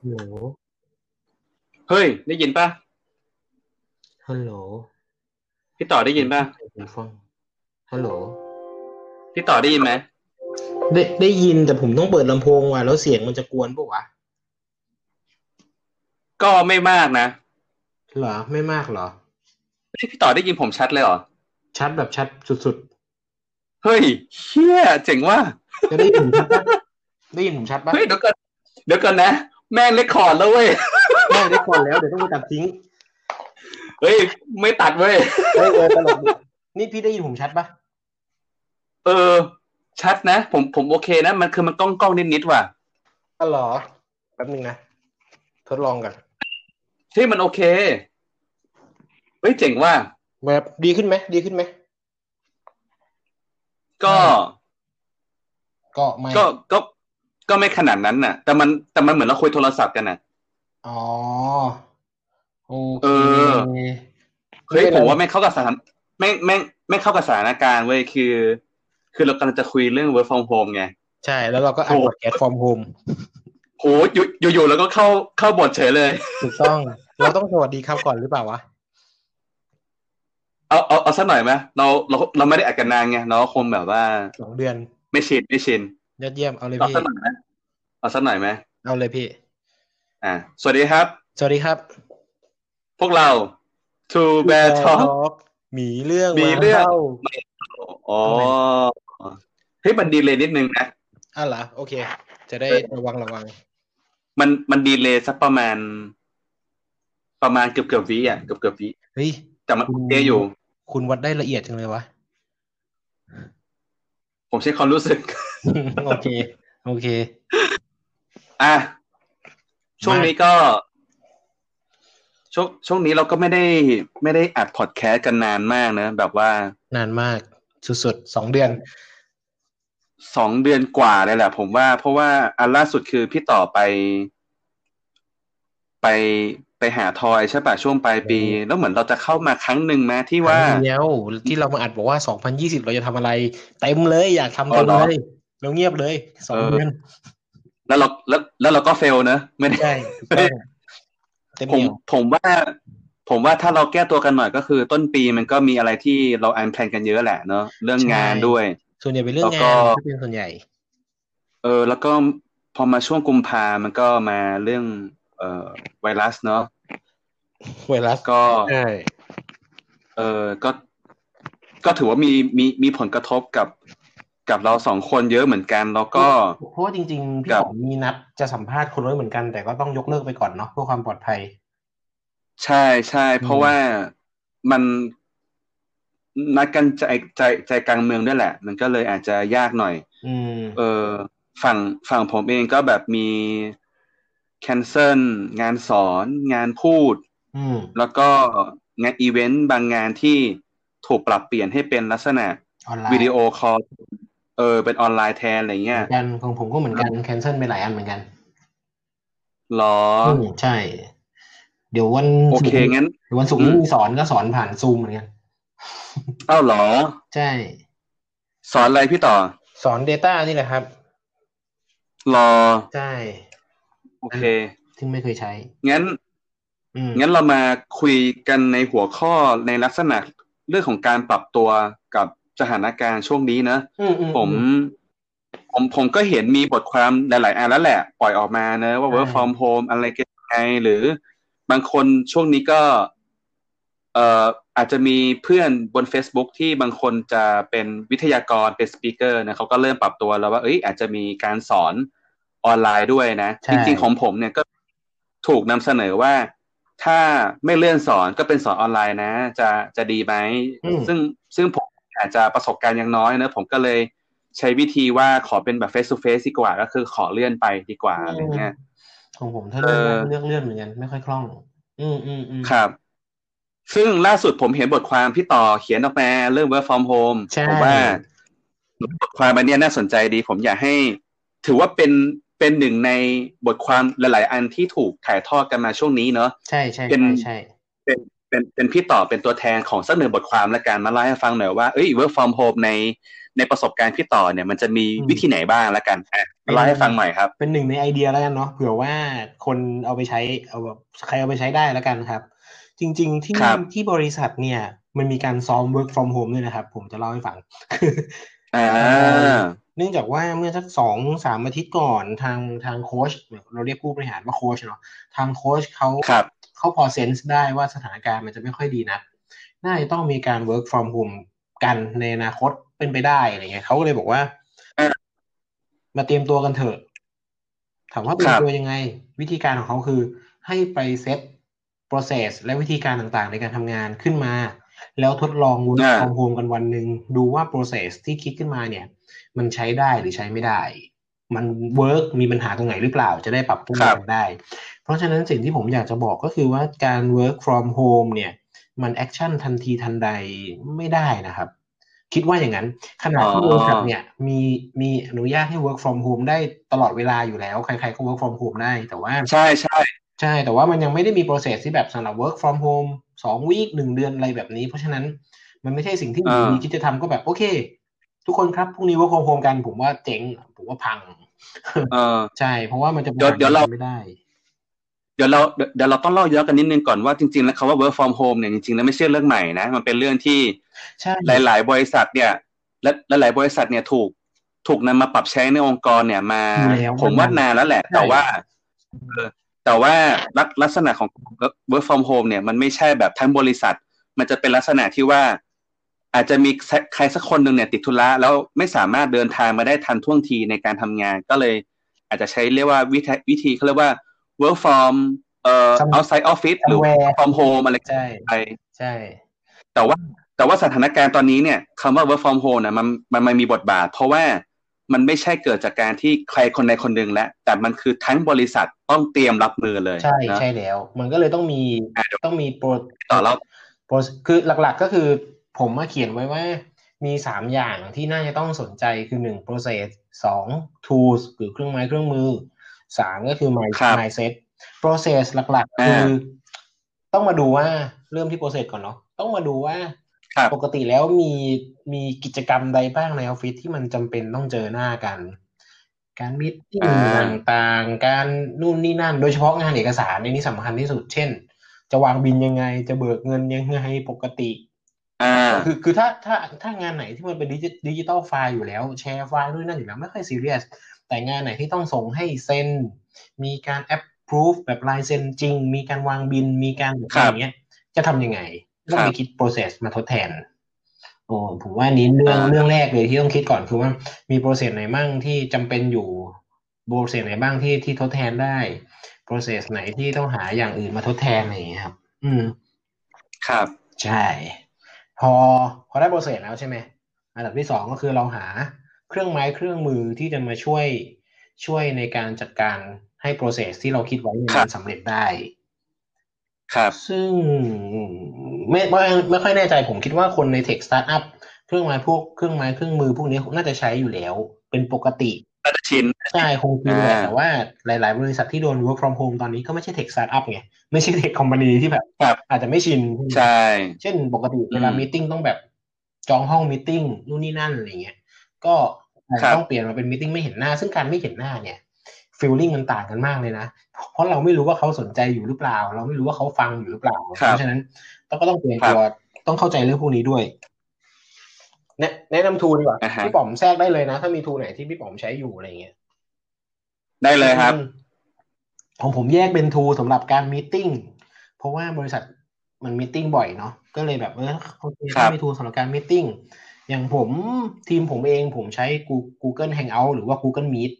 ฮัลโหล เฮ้ย ได้ยินป่ะ ฮัลโหล พี่ต่อได้ยินป่ะ ผมฟัง ฮัลโหล พี่ต่อได้ยินไหม ได้ได้ยินแต่ผมต้องเปิดลำโพงว่ะแล้วเสียงมันจะกวนปะวะ ก็ไม่มากนะ เหรอ ไม่มากเหรอ เฮ้ยพี่ต่อได้ยินผมชัดเลยเหรอ ชัดแบบชัดสุด เฮ้ยเฮียเจ๋งว่ะ ๆ จะได้ยินผมชัดปะได้ยินผมชัดปะ เฮ้ยเดี๋ยวก่อนเดี๋ยวก่อนนะ แม่งเลคคอร์ดแล้วเว้ย ไม่ได้ก่อนแล้วเดี๋ยวต้องไปตัดทิ้ง เฮ้ย ไม่ตัดเว้ย เฮ้ยเออตลกดีนี่พี่ได้ยินผมชัดปะ เออ ชัดนะ ผมผมโอเคนะ มันคือมันกล้องกล้องนิดนิดๆว่ะ อ๋อเหรอแป๊บนึงนะ ทดลองก่อน เฮ้ยมันโอเค เฮ้ยเจ๋งว่ะ แบบดีขึ้นไหมดีขึ้นไหม ก็ ก็ไม่ ก็ ก็ ก็ไม่ขนาดนั้นน่ะ แต่มัน แต่มันเหมือนเราคุยโทรศัพท์กันน่ะ อ๋อโอ เอ เค อ เฮ้ยผมว่าไม่งเข้ากับสถานไม่งไม่งไม่งเข้ากับสถานการณ์เว้ยคือ คือเรากำลังจะคุยเรื่อง work from home ไง ใช่ แล้วเราก็อัด โอ้ พอดแคสต์ฟอร์มโฮม โหอยู่อยู่ๆแล้วก็เข้าเข้าบทเฉยเลย ถูกต้อง เราต้องสวัสดีครับก่อนหรือเปล่าวะ เอาเอาเอาสักหน่อยไหมเราเราเราไม่ได้อัดกันนานไงเราก็คงแบบว่า สองเดือน ไม่ชินไม่ชิน ยอดเยี่ยมเอาเลย เอา พี่ สักหน่อยไหมเอาสักหน่อยไหม เอาเลยพี่ อ่าสวัสดีครับ สวัสดีครับ พวกเรา Two Bear Talk กหมีเรื่อง หมีเรื่อง าล่า อ๋อเฮ้ยมันดีเลยนิดนึงนะ อ่ะเหรอโอเค จะได้ระวังระวัง มันมันดีเลยสักประมาณ ประมาณเกือบเกือบวิอ่ะเกือบเกือบวิ เฮ้ย แต่มันโอเคอยู่ คุณวัดได้ละเอียดจังเลยวะ ผมใช้ความรู้สึก โอเค โอเค อ่ะช่วงนี้ก็ช่วงช่วงนี้เราก็ไม่ได้ไม่ได้อัดพอดแคสต์กันนานมากนะ แบบว่าน านมากสุดๆสองเดือน สองเดือนกว่าเลยแหละผมว่า เพราะว่าอันล่าสุดคือพี่ต่อไป ไปไปหาทอยใช่ปะช่วงปลายปี อืม แล้วเหมือนเราจะเข้ามาครั้งหนึ่งไหมที่ว่า ครั้งเดียวที่เรามาอัดบอกว่าสองพันยี่สิบเราจะทำอะไรเต็มเลยอยากทำเต็ม อ๋อเหรอ เลยเราเงียบเลยสองเดือน แล้วเราแล้วแล้วเราก็เฟลนะไม่ได้ ใช่ถูกต้องเต็ม ผม เหนียว ผมว่า ผมว่าถ้าเราแก้ตัวกันหน่อยก็คือ ต้นปีมันก็มีอะไรที่เราอันแพลนกันเยอะแหละเนอะเรื่องงานด้วย ส่วนใหญ่เป็นเรื่อง แล้ งา วน ก็ ที่เป็นส่วนใหญ่ เออ แล้วก็พอมาช่วงกุมภามันก็มาเรื่อง เอ่อไวรัสเนาะ ไวรัส ก็ ใช่ เออก็ ก็ถือว่ามีมีมีผลกระทบกับกับเราสองคนเยอะเหมือนกัน แล้วก็ เพราะว่าจริงๆ พี่ ครับ ผมมีนัดจะสัมภาษณ์คนไว้เหมือนกัน แต่ก็ต้องยกเลิกไปก่อนเนาะเพื่อความปลอดภัย ใช่ใช่เพราะ อืม ว่ามันนัดกันใจใจใจกลางเมืองด้วยแหละ มันก็เลยอาจจะยากหน่อย อืม เออฝั่งฝั่งผมเองก็แบบมีแคนเซิลงานสอนงานพูด อืม แล้วก็งานอีเวนต์บางงานที่ถูกปรับเปลี่ยนให้เป็นลักษณะ ออนไลน์ วิดีโอคอลเออเป็นออนไลน์แทนอะไร เห เงี้ย มือนกันของผมก็เหมือนกันแคนเซิลไปหลายอันเหมือนกัน หรอ มใช่ เดี๋ยววัน โอ ศุก เค ร์นี้ งั้น เดี๋ยววันศุกร์นี้ อืม มีสอนก็สอนผ่านซูมเหมือนกัน เอ้าหรอ ใช่ สอนอะไรพี่ต่อ สอน Data นี่แหละครับ หรอ ใช่ โอเค ซึ่งไม่เคยใช้ งั้น อืม งั้นเรามาคุยกันในหัวข้อในลักษณะเรื่องของการปรับตัวกับสถานการณ์ช่วงนี้นะ อือื ผม ผมผมก็เห็นมีบทความหลาย ๆ อันแล้วแหละ ปล่อยออกมาเนอะว่า work from home อะไรกันยังไง หรือบางคนช่วงนี้ก็ เอ่ออาจจะมีเพื่อนบน Facebook ที่บางคนจะเป็นวิทยากรเป็นสปีกเกอร์นะเขาก็เริ่มปรับตัวแล้วว่า เอ้ย อาจจะมีการสอนออนไลน์ด้วยนะ ใช่ จริง ๆ ของผมเนี่ยก็ถูกนำเสนอว่า ถ้าไม่เลื่อนสอนก็เป็นสอนออนไลน์นะ จะจะดีไหม อืม ซึ่งซึ่งผมอาจจะประสบการณ์ยังน้อยเนอะผมก็เลยใช้วิธีว่าขอเป็นแบบ face to face ดีกว่า ก็คือขอเลื่อนไปดีกว่าอะไรเงี้ย ของผมถ้าเลื่อนได้ เออ เลือกเลื่อนเหมือนกันไม่ค่อยคล่อง อืมอืมอืม ครับ ซึ่งล่าสุดผมเห็นบทความพี่ต่อเขียนออกมาเรื่อง work from home ใช่ ผมว่าบทความอันเนี้ยน่าสนใจดี ผมอยากให้ ถือว่าเป็นเป็นหนึ่งในบทความหลาย ๆ อันที่ถูกถ่ายทอดกันมาช่วงนี้เนาะ ใช่ใช่ เป็น ใช่ใช่ เป็น เป็นเป็นพี่ต่อเป็นตัวแทนของสักหนึ่งบทความละกันมาเล่าให้ฟังหน่อยว่าเอ้ย work from home ในในประสบการณ์พี่ต่อเนี่ยมันจะมี อืม วิธีไหนบ้างละกันอ่ะมาเล่าให้ฟังหน่อยครับ เป็นหนึ่งในไอเดียแล้วกันเนาะเผื่อว่าคนเอาไปใช้เอาแบบใครเอาไปใช้ได้แล้วกันครับ จริง ๆ ที่ ครับ ที่บริษัทเนี่ย มันมีการซ้อม work from home ด้วยนะครับ ผมจะเล่าให้ฟัง อ่า เนื่องจากว่าเมื่อสักสองสามอาทิตย์ก่อนทางทางโค้ชเราเรียกผู้บริหารว่าโค้ชเนาะทางโค้ชเขา ครับ เขาพอเซนส์ได้ว่าสถานการณ์มันจะไม่ค่อยดีนะน่าจะต้องมีการ work from home กันในอนาคตเป็นไปได้อะไรเงี้ยเขาก็เลยบอกว่า อ่ะ มาเตรียมตัวกันเถอะ ถามว่าเตรีย ค ม รับ ตัวยังไง วิธีการของเขาคือ ให้ไปเซต process และวิธีการต่างๆ ในการทำงานขึ้นมา แล้วทดลอง work อ่า from home กันวันหนึ่งดูว่า process ที่คิดขึ้นมาเนี่ย มันใช้ได้หรือใช้ไม่ได้ มันเวิร์กมีปัญหาตรงไหนหรือเปล่า จะได้ปรับปรุง ครับ กันได้ เพราะฉะนั้นสิ่งที่ผมอยากจะบอกก็คือว่าการ work from home เนี่ย มันแอคชั่นทันทีทันใดไม่ได้นะครับ คิดว่าอย่างนั้น ขนาดที่ อ๋ บ อ ริษัทเนี่ยมีมีอนุญาตให้ work from home ได้ตลอดเวลาอยู่แล้ว ใครๆก็ work from home ได้แต่ว่า ใช่ใช่ ใช่ แต่ว่ามันยังไม่ได้มี process ที่แบบสำหรับ work from home สองวีคหนึ่งเดือนอะไรแบบนี้ เพราะฉะนั้นมันไม่ใช่สิ่งที่ อ่า มีคิดจะทำก็แบบ โอเค ทุกคนครับพรุ่งนี้ work from home กันผมว่าเจ๋ง ผมว่าพัง เออ ใช่ เพราะว่ามันจะ เดี๋ยวเดี๋ยวเรา ไม่ได้ เดี๋ยวเราเดี๋ยวเดี๋ยวเราต้องเล่าย้อนกันนิดนึงก่อนว่าจริงๆแล้วคำว่า work from home เนี่ยจริงๆแล้วไม่ใช่เรื่องใหม่นะ มันเป็นเรื่องที่ ใช่ หลาย ๆ บริษัทเนี่ย และและหลายบริษัทเนี่ยถูกถูกนำมาปรับใช้ในองค์กรเนี่ยมา อยู่แล้ว ผมว่านานแล้วแหละ แต่ว่าเออแต่ว่าลักลักษณะของ work from home เนี่ยมันไม่ใช่แบบทั้งบริษัท มันจะเป็นลักษณะที่ว่า อาจจะมีใครใครสักคนหนึ่งเนี่ยติดธุระแล้วไม่สามารถเดินทางมาได้ทันท่วงทีในการทำงาน ก็เลย อาจจะใช้เรียกว่าวิธีวิธีเขาเรียกว่า work from เอ่อ outside office หรือ Somewhere from home อะไรก็ ใช่ ไป ใช่ แต่ว่าแต่ว่าสถานการณ์ตอนนี้เนี่ยคำว่า work from home นะมันมันมันมีบทบาท เพราะว่ามันไม่ใช่เกิดจากการที่ใครคนใดคนหนึ่งแล้วแต่มันคือทั้งบริษัทต้องเตรียมรับมือเลย ใช่ นะ ใช่แล้ว มันก็เลยต้องมี อ่ะเดี๋ยว ต้องมีโปร ต่อแล้ว โปรคือหลักๆก็คือผมมาเขียนไว้ว่า มีสามอย่างที่น่าจะต้องสนใจคือหนึ่ง process สอง tools หรือเครื่องไม้เครื่องมือสามก็คือ mind ครับ mindset process หลักๆ คืออต้องมาดูว่าเริ่มที่ process ก่อนเนาะต้องมาดูว่า ครับ ปกติแล้วมีมีกิจกรรมใดบ้างในออฟฟิศที่มันจำเป็นต้องเจอหน้ากัน การมิทติ้ง อ่า ต่างๆ การนู่นนี่นั่น โดยเฉพาะงานเอกสารในยนี้สำคัญที่สุด เช่น จะวางบินยังไง จะเบิกเงินยังไงปกติ อ่า คือคือถ้าถ้าถ้างานไหนที่มันเป็นดิจิดิจิตอลไฟล์อยู่แล้วแชร์ไฟล์ด้วยนั่นอยู่แล้วไม่ค่อยซีเรียส แต่งานไหนที่ต้องส่งให้เซ็น มีการแอปพ o ูฟแบบลายเซ็นจริง มีการวางบินมีการแบบ ครับ อย่างเงี้ย จะทำยังไง ต้องไป ครับ คิด process มาทดแทนโอ้ผมว่านี้เรื่อง อ่า เรื่องแรกเลยที่ต้องคิดก่อนคือว่ามี process ไหนบ้างที่จำเป็นอยู่ process ไหนบ้างที่ที่ทดแทนได้ process ไหนที่ต้องหาอย่างอื่นมาทดแทนอะไรอย่างเงี้ยครับ อืม ครับ ใช่ พอพอได้โปรเซสแล้วใช่ไหมอันดับที่สองก็คือเราหาเครื่องไม้เครื่องมือที่จะมาช่วยช่วยในการจัดการให้โปรเซสที่เราคิดไว้เนี่ย ครับ มันสำเร็จได้ ครับ ซึ่งไม่ไม่ไม่ค่อยแน่ใจผมคิดว่าคนในเทคสตาร์ทอัพเครื่องไม้พวกเครื่องไม้เครื่องมือพวกนี้น่าจะใช้อยู่แล้วเป็นปกติ น่าจะชิน ใช่คงคือแหละ อ่า แต่ว่าหลาย ๆ บริษัทที่โดน work from home ตอนนี้ก็ไม่ใช่เทคสตาร์ทอัพไงไม่ใช่เทคคอมพานีที่แบบ ครับ อาจจะไม่ชิน ใช่ เช่นปกติเวลา อืม มีตติ้งต้องแบบจองห้องมีตติ้งนู่นนี่นั่นอะไรเงี้ย ก็อาจ ครั จะ บ ต้องเปลี่ยนมาเป็นมีตติ้งไม่เห็นหน้า ซึ่งการไม่เห็นหน้าเนี่ยฟีลลิ่งมันต่างกันมากเลยนะ เพราะเราไม่รู้ว่าเขาสนใจอยู่หรือเปล่า เราไม่รู้ว่าเขาฟังอยู่หรือเปล่า ครับ เพราะฉะนั้นต้องก็ต้องเปลี่ยนตัวต้องเข้าใจเรื่องพวกนี้ด้วย แนะแนะนำทูลดีกว่า อ่าฮะ พี่ป๋อมแทรกได้เลยนะ ถ้ามีทูลไหนที่พี่ป๋อมใช้อยู่อะไรเงี้ย ได้เลยครับ อืมของผมแยกเป็นทูสำหรับการมีตติ้งเพราะว่าบริษัทมันมีตติ้งบ่อยเนาะก็เลยแบบเออโอเค ครับ ถ้ามีทูสำหรับการมีตติ้งอย่างผมทีมผมเองผมใช้ Goo- Google Hangout หรือว่า Google Meet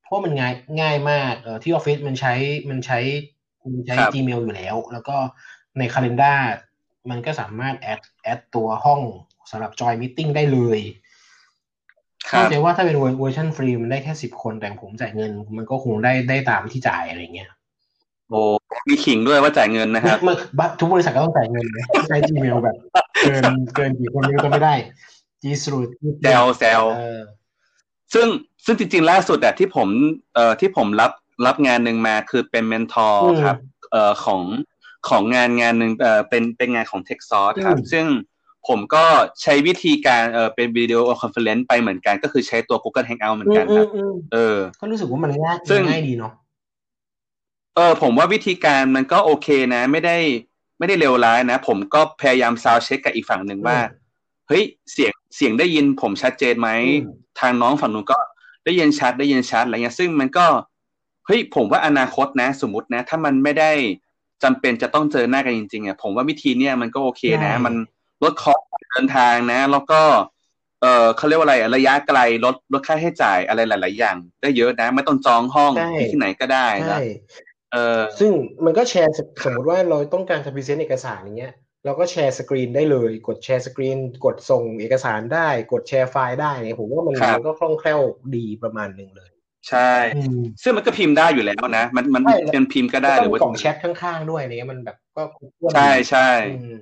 เพราะว่ามันง่ายง่ายมากเออที่ออฟฟิศมันใช้มันใช้มันใช้ ครับ Gmail อยู่แล้ว แล้วก็ใน Calendar มันก็สามารถแอดแอดตัวห้องสำหรับจอยมีตติ้งได้เลย ครั เข้า บ ใจว่าถ้าเป็นเวอร์เวอร์ชันฟรีมันได้แค่สิบคนแต่ผมจ่ายเงิน มันก็คงได้ได้ตามที่จ่ายอะไรเงี้ย โอ้มีขิงด้วยว่าจ่ายเงินนะครับ มันบัตรทุกบริษัทก็ต้องจ่ายเงินนะใช้ Gmail แบบ เกินเกินกี่คนนี้ก็ไม่ได้ G s u i t แซวแซว เออ ซึ่งซึ่งจริงๆล่าสุดอะที่ผมเอ่อที่ผมรับรับงานหนึ่งมาคือเป็นเมนทอร์ อืม ครับเอ่อของ ของงานงานหนึ่งเอ่อเป็นเป็นงานของ t e c h s o u r c e ครับ อืม ซึ่งผมก็ใช้วิธีการเอ่อเป็นวิดีโอคอนเฟอเรนซ์ไปเหมือนกัน ก็คือใช้ตัว Google Hangout เหมือนกัน อื ครั ม บ อืม เออ ก็รู้สึกว่ามันง่าย ซึ่ง ง่ายดีเนาะ เออผมว่าวิธีการมันก็โอเคนะ ไม่ได้ไม่ได้เลวร้ายนะ ผมก็พยายามซาวเช็คกับอีกฝั่งหนึ่งว่า เฮ้ยเสียงเสียงได้ยินผมชัดเจนไหม อืม ทางน้องฝั่งนู้นก็ได้ยินชัดได้ยินชัดอะไรเงี้ยซึ่งมันก็เฮ้ยผมว่าอนาคตนะ สมมตินะ ถ้ามันไม่ได้จำเป็นจะต้องเจอหน้ากันจริงๆอ่ะผมว่าวิธีเนี้ยมันก็โอเคนะ ใช่ มันลดคอสการเดินทางนะ แล้วก็ เออเขาเรียกว่าอะไรอะระยะไกลลดลดค่าใช้จ่ายอะไรหลาย ๆ อย่าง ได้เยอะนะ ไม่ต้องจองห้อง ใช่ ที่ที่ไหนก็ได้ ใช่ นะเออ ซึ่งมันก็แชร์สสมมติว่าเราต้องการจะพรีเซนต์เอกสารอย่างเงี้ยเราก็แชร์สกรีนได้เลย กดแชร์สกรีน กดส่งเอกสารได้ กดแชร์ไฟล์ได้เนี่ยผมว่ามัน ครับ มันก็คล่องแคล่วดีประมาณหนึ่งเลย ใช่ อืม ซึ่งมันก็พิมพ์ได้อยู่แล้วนะ มันมัน ใช่แล้ว เป็นพิมพ์ก็ได้หรือว่า ก็ต้องมีกล่องแชทข้างๆด้วยอะไรเนี่ยมันแบบก็ครบถ้วน ใช่ใช่ อืม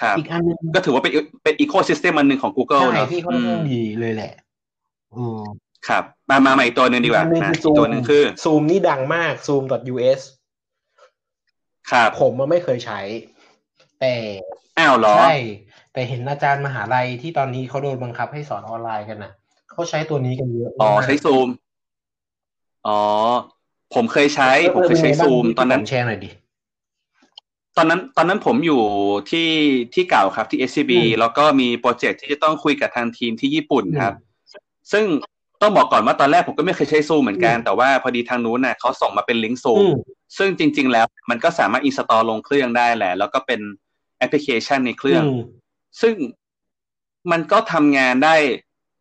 ครับ อีกอันหนึง ก็ถือว่าเป็นเป็นอีโคซิสเต็มอันหนึ่งของ Google ใช่ เนอะ ที่ค่อนข้าง อืม ดีเลยแหละอืม ครับ มามาใหม่อีกตัวหนึ่งดีกว่า อันหนึง นะ คือ อี ซู กตัว ม หนึ่งคือ ซูมนี่ดังมาก zoom.us ครับ ผมมันไม่เคยใช้ แต่ อ้าวเหรอ ใช่ แต่เห็นอาจารย์มหาลัยที่ตอนนี้เขาโดนบังคับให้สอนออนไลน์กันนะเขาใช้ตัวนี้กันเยอะ อ๋อ มาก ใช้ซูม อ๋อ ผมเคยใช้ ผมเคยใช้ ป็นไงบ้าง ซูม ตอนนั้น พี่แชร์หน่อยดิ ตอนนั้น ตอนนั้นผมอยู่ที่ที่เก่าครับที่ SCB อืม แล้วก็มีโปรเจกต์ที่จะต้องคุยกับทางทีมที่ญี่ปุ่นครับ อืม ซึ่งต้องบอกก่อนว่าตอนแรกผมก็ไม่เคยใช้ซูมเหมือนกัน อืม แต่ว่าพอดีทางนู้นน่ะเขาส่งมาเป็นลิงก์ซูม อืม ซึ่งจริง ๆ แล้วมันก็สามารถอินสตอลลงเครื่องได้แหละ แล้วก็เป็นแอปพลิเคชันในเครื่อง ซึ่งมันก็ทำงานได้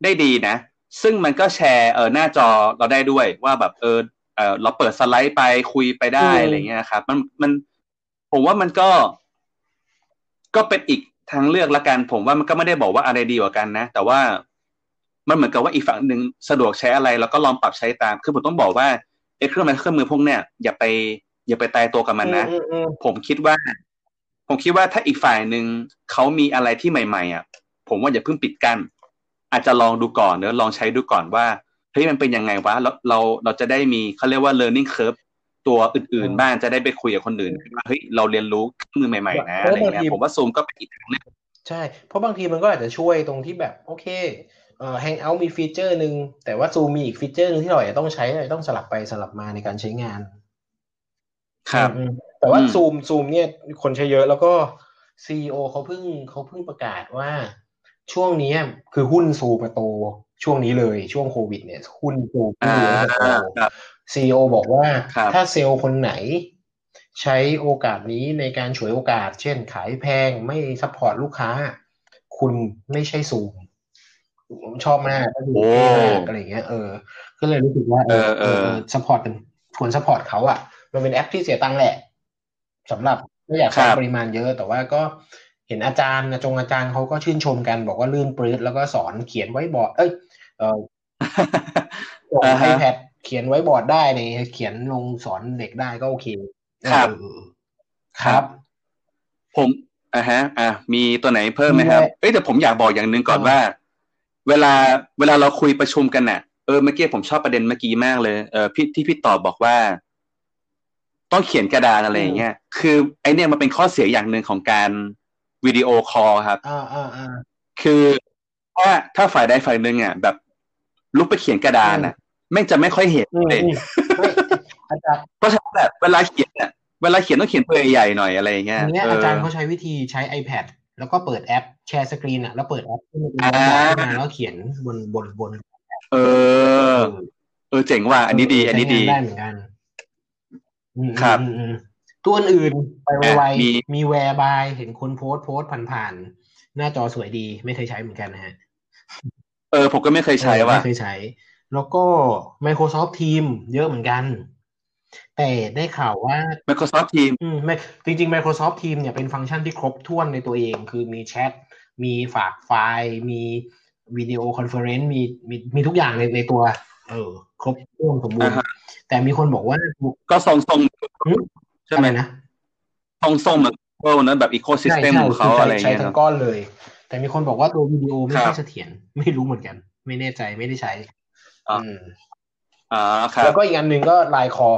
ได้ดีนะ ซึ่งมันก็แชร์เออหน้าจอเราได้ด้วยว่าแบบเออเออเราเปิดสไลด์ไปคุยไปได้ อืม อะไรเงี้ยครับ มันมันผมว่ามันก็ก็เป็นอีกทางเลือกละกัน ผมว่ามันก็ไม่ได้บอกว่าอะไรดีกว่ากันนะ แต่ว่ามันเหมือนกับว่าอีกฝั่งหนึ่งสะดวกใช้อะไรเราก็ลองปรับใช้ตาม คือผมต้องบอกว่าไอ้เครื่องมือเครื่องมือพวกเนี้ยอย่าไป อย่าไปตายตัวกับมันนะ อืมอืม ผมคิดว่า ผมคิดว่าถ้าอีกฝ่ายหนึ่งเขามีอะไรที่ใหม่ๆอ่ะ ผมว่าอย่าเพิ่งปิดกั้นอาจจะลองดูก่อนเนอะลองใช้ดูก่อนว่าเฮ้ยมันเป็นยังไงวะเราเราเราจะได้มีเขาเรียกว่า learning curve ตัวอื่นๆ บ้างจะได้ไปคุยกับคนอื่นว่าเฮ้ยเราเรียนรู้เครื่องมือใหม่ๆนะอะไรเงี้ยผมว่าซูมก็เป็นอีกทางเลือก ใช่ เพราะบางทีมันก็อาจจะช่วยตรงที่แบบ โอเคเอ่อ Hangout มีฟีเจอร์หนึ่งแต่ว่า Zoom มีอีกฟีเจอร์หนึงที่เราอาจจะต้องใช้อาจจะต้องสลับไปสลับมาในการใช้งาน อืมแต่ว่า อืม ซูมซูมเนี่ยคนใช้เยอะแล้วก็ซีอเขาเพิ่งเขาเพิ่งประกาศว่าช่วงเนี้ยคือหุ้นซูมมาโตช่วงนี้เลยช่วงโควิดเนี่ยหุ้นซูม อ่า เยอะมาโต ครับ ซีอบอกว่า ครับ ถ้าเซลล์คนไหน ใช้โอกาสนี้ในการฉวยโอกาส เช่นขายแพงไม่ซัพพอร์ตลูกค้า คุณไม่ใช่ซูมผมชอบมากก็คือเท่มากอะไรอย่างเงี้ยเออ ก็เลยรู้สึกว่า เออเออ สปอร์ตเป็นควรสปอร์ตเขาอะมันเป็นแอปที่เสียตังค์แหละสำหรับไม่อยากใช้ ครับ ปริมาณเยอะ แต่ว่าก็เห็นอาจารย์นะจงอาจารย์เขาก็ชื่นชมกัน บอกว่าลื่นปรื้ดแล้วก็สอนเขียนไว้บอร์ดเอ้ยเออลง อ่า ไอ ฮะ แพดเขียนไว้บอร์ดได้เนี่ยเขียนลงสอนเด็กได้ก็โอเค ครับ เออครับ ผมอ่าฮะ อ่ะมีตัวไหนเพิ่มไหมครับ มีไหม เอ้ยแต่ผมอยากบอกอย่างหนึ่งก่อน อ่า ว่า เวลาเวลาเราคุยประชุมกันน่ะเออเมื่อกี้ผมชอบประเด็นเมื่อกี้มากเลยเออพี่ที่พี่ตอบบอกว่า ต้องเขียนกระดานอะไรอย่างเงี้ยคือไอเนี่ยมันเป็นข้อเสียอย่างหนึ่งของการวิดีโอคอลครับ อ่าอ่าอ่า คือถ้าถ้าฝ่ายใดฝ่ายหนึ่งอ่ะแบบลุกไปเขียนกระดานอ่ะแม่งจะไม่ค่อยเห็น อืม เลย อืมไม่อาจารย์ เพราะฉะนั้นแบบเวลาเขียนอ่ะเวลาเขียนต้องเขียนตัวใหญ่ๆหน่อยอะไรอย่างเงี้ย อันเนี้ย เออ อาจารย์เขาใช้วิธีใช้ iPad แล้วก็เปิดแอปแชร์สกรีนอ่ะ แล้วเปิดแอปขึ้นมา อ่า ขึ้นมาแล้วเขียนบนบนบน เออ เออเจ๋งว่ะอันนี้ดี อันนี้ดี ใช้งาได้เหมือนกันอืม ครับ อืมอืมตัวอื่นๆไปไว อ่ะมี ๆมีแวร์บายเห็นคนโพสต์โพสต์ผ่านๆหน้าจอสวยดีไม่เคยใช้เหมือนกันนะฮะ เออผมก็ไม่เคยใช้ เออ ว่ะ ไม่เคยใช้ แล้วก็ Microsoft Teams เยอะเหมือนกัน แต่ได้ข่าวว่า Microsoft Teams อืมไม่จริง ๆ Microsoft Teams เนี่ยเป็นฟังก์ชันที่ครบถ้วนในตัวเอง คือมีแชท มีฝากไฟล์ มีวิดีโอคอนเฟอเรนซ์มีมีมีทุกอย่างในในตัว เออ ครบถ้วนสมบูรณ์ อ่าฮะ แต่มีคนบอกว่า ก็ทรงทรงใช่ อะ ไหม ไรนะ ทรงทรงเหมือน Google นะแบบ ecosystem ของเขา คื อะไร ใช้ เงี้ย ทั้ ค ง รับ ก้อนเลย แต่มีคนบอกว่าตัววิดีโอไม่ ครั ค่อบ ยเสถียรไม่รู้เหมือนกัน ไม่แน่ใจไม่ได้ใช้ อ่ะ อืม อ่าครั แล้ บ วก็อีกอันหนึ่งก็ไลน์คอ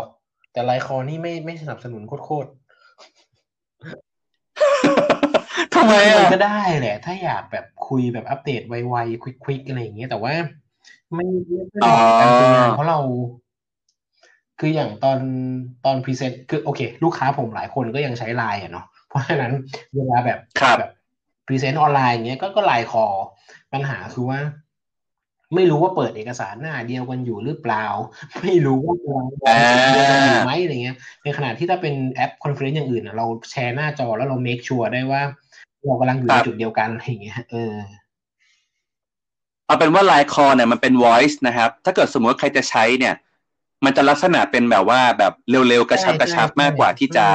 แต่ไลน์คอนี่ไม่ไม่สนับสนุนโคตร ทำไม มั อ่ะ นก็ได้แหละ ถ้าอยากแบบคุยแบบอัปเดตไวๆควิกๆอะไรอย่างเงี้ยแต่ว่าไม่ไม่ได้การทำงานเพราะเรา คืออย่างตอนตอนพรีเซนต์คือโอเค ลูกค้าผมหลายคนก็ยังใช้ไลน์อะเนาะ เพราะฉะนั้นเวลาแบบ ครับ แบบพรีเซนต์ออนไลน์อย่างเงี้ยก็ก็ไลน์คอปัญหาคือว่า ไม่รู้ว่าเปิดเอกสารหน้าเดียวกันอยู่หรือเปล่า ไม่รู้ว่าเวลาเดียวกันอยู่ไหมอะไรเงี้ย ในขณะที่ถ้าเป็นแอปคอนเฟอเรนซ์อย่างอื่นอะเราแชร์หน้าจอแล้วเราเมคชัวร์ได้ว่าเรากำลังอยู่ ค ใน รับ จุดเดียวกันอะไรอย่างเงี้ยเออ เอาเป็นว่าไลน์คอเนี่ยมันเป็น voice นะครับ ถ้าเกิดสมมติว่าใครจะใช้เนี่ย มันจะลักษณะเป็นแบบว่าแบบเร็วๆ กระชับ ใช่ กระชับ ใช่ มากกว่าที่จะ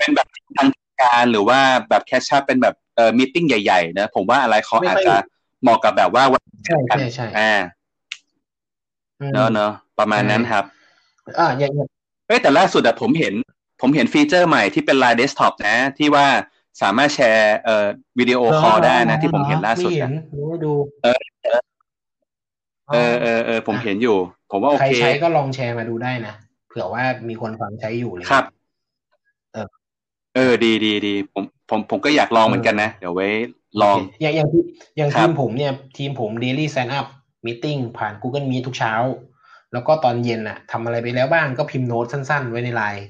อืม เป็นแบบทางการหรือว่าแบบแคชชั่นเป็นแบบเอ่อมีติ้งใหญ่ๆนะผมว่าไลน์คอ ไม่ อาจ ค่อย จะเหมาะกับแบบว่าวัน ใช่ใช่ใช่ อ่า อืม เนอะเนอะประมาณนั้น ใช่ ครับ อ่าอย่างอย่าง เอ้ยแต่ล่าสุดอะผมเห็น ผมเห็นฟีเจอร์ใหม่ที่เป็นไลน์เดสก์ท็อปนะ ที่ว่าสามารถแชร์เอ่อวิดีโอคอลได้นะ ที่ผมเห็นล่าสุด ไม่เห็ อะ นดูดู เออเออเออผมเห็นอยู่ ผมว่าโอ ใคร เค ใช้ก็ลองแชร์มาดูได้นะเผื่อว่ามีคนฟังใช้อยู่เลย ครับ เออ เออ ดีดีดี ผม ผม ผมก็อยากลองเหมือนกันนะ เดี๋ยวไว้ลอง โเคอย่างอย่างที่อย่าง ครับ ทีมผมเนี่ย ทีมผม daily stand up meeting ผ่าน Google Meet ทุกเช้า แล้วก็ตอนเย็นน่ะทำอะไรไปแล้วบ้างก็พิมพ์โน้ตสั้นๆ ไว้ในไลน์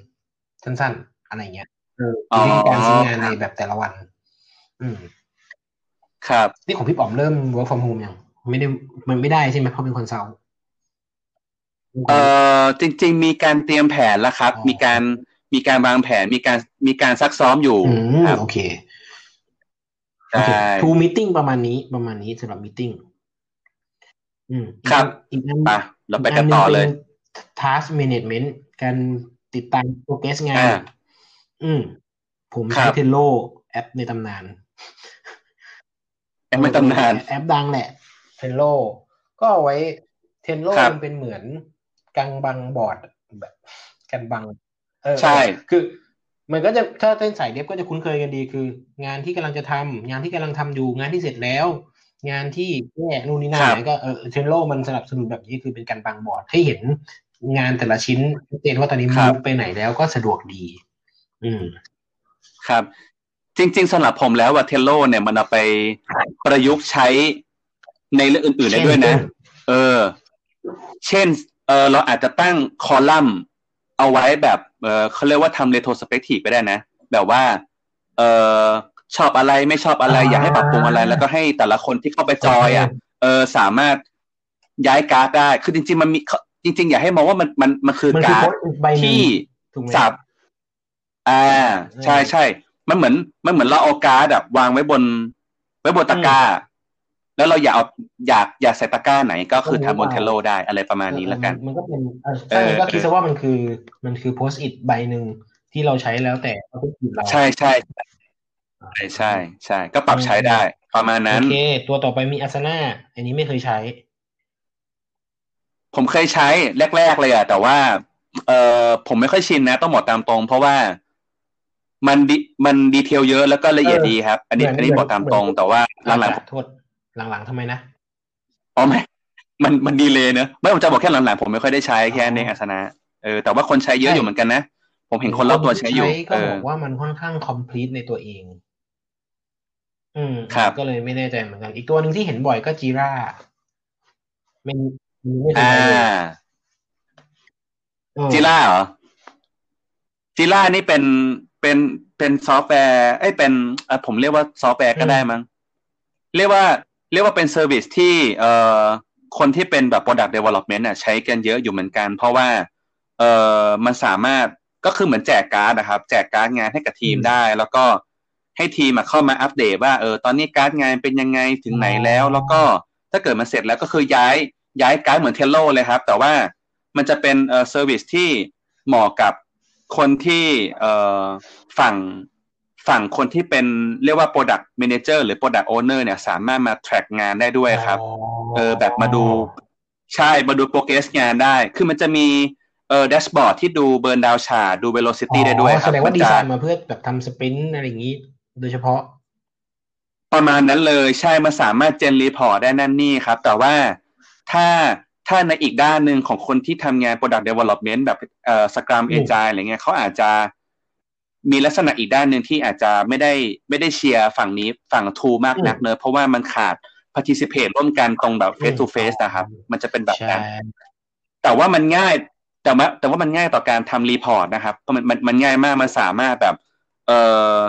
สั้นๆ อะไรเงี้ยเออ อ๋อ วิธีการทำงานในแบบแต่ละวัน อืม ครับ นี่ของพี่ป๋อมเริ่ม work from home ยังไม่ได้มันไม่ได้ใช่ไหมเพราะเป็นคนเซา เออจริง ๆ มีการเตรียมแผนแล้วครับ อ๋อ มีการ มีการวางแผน มีการ มีการซักซ้อมอยู่ อืม ครับ โอเค ใช่ ทูมิ e ติ้งประมาณนี้ประมาณนี้สำหรับมิ e ติ้งอืม ครับ อีกอัน ไปเราไปกันต่อเลกหยนึ่งป็น task management การติดตาม progress งาน อ่า อืม ผม ครั ใช้ บ เทนโลแอปในตำนาน แอปไม่ตำนาน แอปดังแหละเทนโลก็เอาไว้เทนโล ครับ มันเป็นเหมือนกังบังบอร์ดแบบกันบัง เออ ใช่ คือ มันก็จะถ้าเต้นสายเด็บก็จะคุ้นเคยกันดีคือ งานที่กำลังจะทำงานที่กำลังทำอยู่งานที่เสร็จแล้ว งานที่แย่นู่นนี่นั่น ครับ แล้วก็เออเทนโลมันสนับสนุนแบบนี้คือเป็นการบังบอร์ดให้เห็นงานแต่ละชิ้นชัดเจนว่าตอนนี้ ครั มู บ ฟไปไหนแล้วก็สะดวกดี อืม ครับ จริง ๆสำหรับผมแล้วว่าเทโลเนี่ยมันเอาไปประยุกต์ใช้ในเรื่องอื่น ๆ ได้ด้วยนะ เออ เช่น เออเราอาจจะตั้งคอลัมน์เอาไว้แบบ เออเขาเรียกว่าทำเรโทรสเปกทีฟไปได้นะ แบบว่า เออชอบอะไรไม่ชอบอะไร อ่า อยากให้ปรับปรุงอะไร แล้วก็ให้แต่ละคนที่เข้าไปจอยอ่ะ เออ สามารถย้ายการ์ดได้ คือจริง ๆ มันมีเขาจริง ๆ อยากให้มองว่ามันมันมันคือ มันคือ การ์ โพ ด สต์ใบหนึ่ง ที่ ถูกไหม สับ อ่า ใช่ อืม ใช่ มันเหมือน มันเหมือนเราเอาการ์ดอะวางไว้บน ไว้บนตะกร้า แล้วเราอยากเอาอยากอยากใส่ตะกร้าไหนก็คือ ก็รู้ ทำบน เอา เทโลได้อะไรประมาณนี้แล้วกัน เออมันมันก็เป็นเออใช่ เออ ก็คิดซะว่ามันคือ มันคือโพสต์อิทใบหนึ่งที่เราใช้แล้วแต่ว่าเป็นอิทเรา ใช่ใช่ใช่ใช่ใช่ ก็ปรับใช้ได้ ประมาณนั้น โอเค ตัวต่อไปมีอาสนะอันนี้ไม่เคยใช้ ผมเคยใช้แรก ๆ เลยอะแต่ว่า เออผมไม่ค่อยชินนะ ต้องบอกตามตรง เพราะว่ามันดีมันดีเทลเยอะแล้วก็ละเอียด เออ ดีครับ อันนี้ เหมือน อันนี้บอกตาม เหมือน ตรง แต่ว่าหลังๆ อ่ะโทษหลังๆทำไมนะ อ๋อไม่ มัน มันดีเลยเนอะไม่ ผมจะบอกแค่หลังๆผมไม่ค่อยได้ใช้แค่ในนเองอาสนะ เออ แต่ว่าคนใช้เยอะ ใช่ อยู่เหมือนกันนะ ผมเห็นคนรอบตัวใช้อยู่ ก็ เออ บอกว่ามันค่อนข้าง complete ในตัวเอง อืม ครับ ก็เลยไม่แน่ใจเหมือนกัน อีกตัวหนึ่งที่เห็นบ่อยก็จีร่าไม่ไม่เคย อ่า ใช้เลยเออ จิล่าเหรอ จิล่านี่เป็น เป็น เป็นซอฟต์แวร์ เอ้ย เป็นเอ่อผมเรียกว่าซอฟต์แวร์ก็ได้มั้ง เรียกว่า เรียกว่าเป็นเซอร์วิสที่ เอ่อ คนที่เป็นแบบ Product Development น่ะใช้กันเยอะอยู่เหมือนกัน เพราะว่า เอ่อ มันสามารถ ก็คือเหมือนแจกการ์ดนะครับ แจกการ์ดงานให้กับทีมได้ แล้วก็ให้ทีมมาเข้ามาอัปเดตว่า เออ ตอนนี้การ์ดงานเป็นยังไง ถึงไหนแล้ว แล้วก็ ถ้าเกิดมันเสร็จแล้วก็คือย้าย ย้ายการ์ดเหมือนเทลโลเลยครับ แต่ว่า มันจะเป็นเอ่อเซอร์วิสที่เหมาะกับคนที่เอ่อฝั่งฝั่งคนที่เป็นเรียกว่า Product Manager หรือ Product Owner เนี่ยสามารถมา track งานได้ด้วยครับ อ๋อ เออแบบมาดูใช่มาดูโปรเกรสงานได้ คือมันจะมีเออแดชบอร์ดที่ดูเบิร์นดาวชาดู velocity ได้ด้วย อ๋อ ครั แส บ ดงว่าดี จะ ไซน์มาเพื่อแบบทำสปรินต์อะไรอย่างนี้ โดยเฉพาะ ประมาณนั้นเลยใช่มันสามารถเจนรีพอร์ตได้นั่นนี่ครับ แต่ว่าถ้าถ้าในอีกด้านหนึ่งของคนที่ทำงาน Product Development แบบเอ่อสกรัม อื เอ ม จายอะไรเงี้ยเขาอาจจะ มีลักษณะอีกด้านหนึ่งที่อาจจะไม่ได้ไม่ได้เชียร์ฝั่งนี้ฝั่งทูมากนักเนอะเพราะว่ามันขาด participate ร่วมกันตรงแบบ face to face นะครับ มันจะเป็นแบบ ใช่ นั้น แต่ว่ามันง่ายแต่ว่าแต่ว่ามันง่ายต่อการทำรีพอร์ตนะครับเพราะมันมันมันง่ายมากมันสามารถแบบ เออ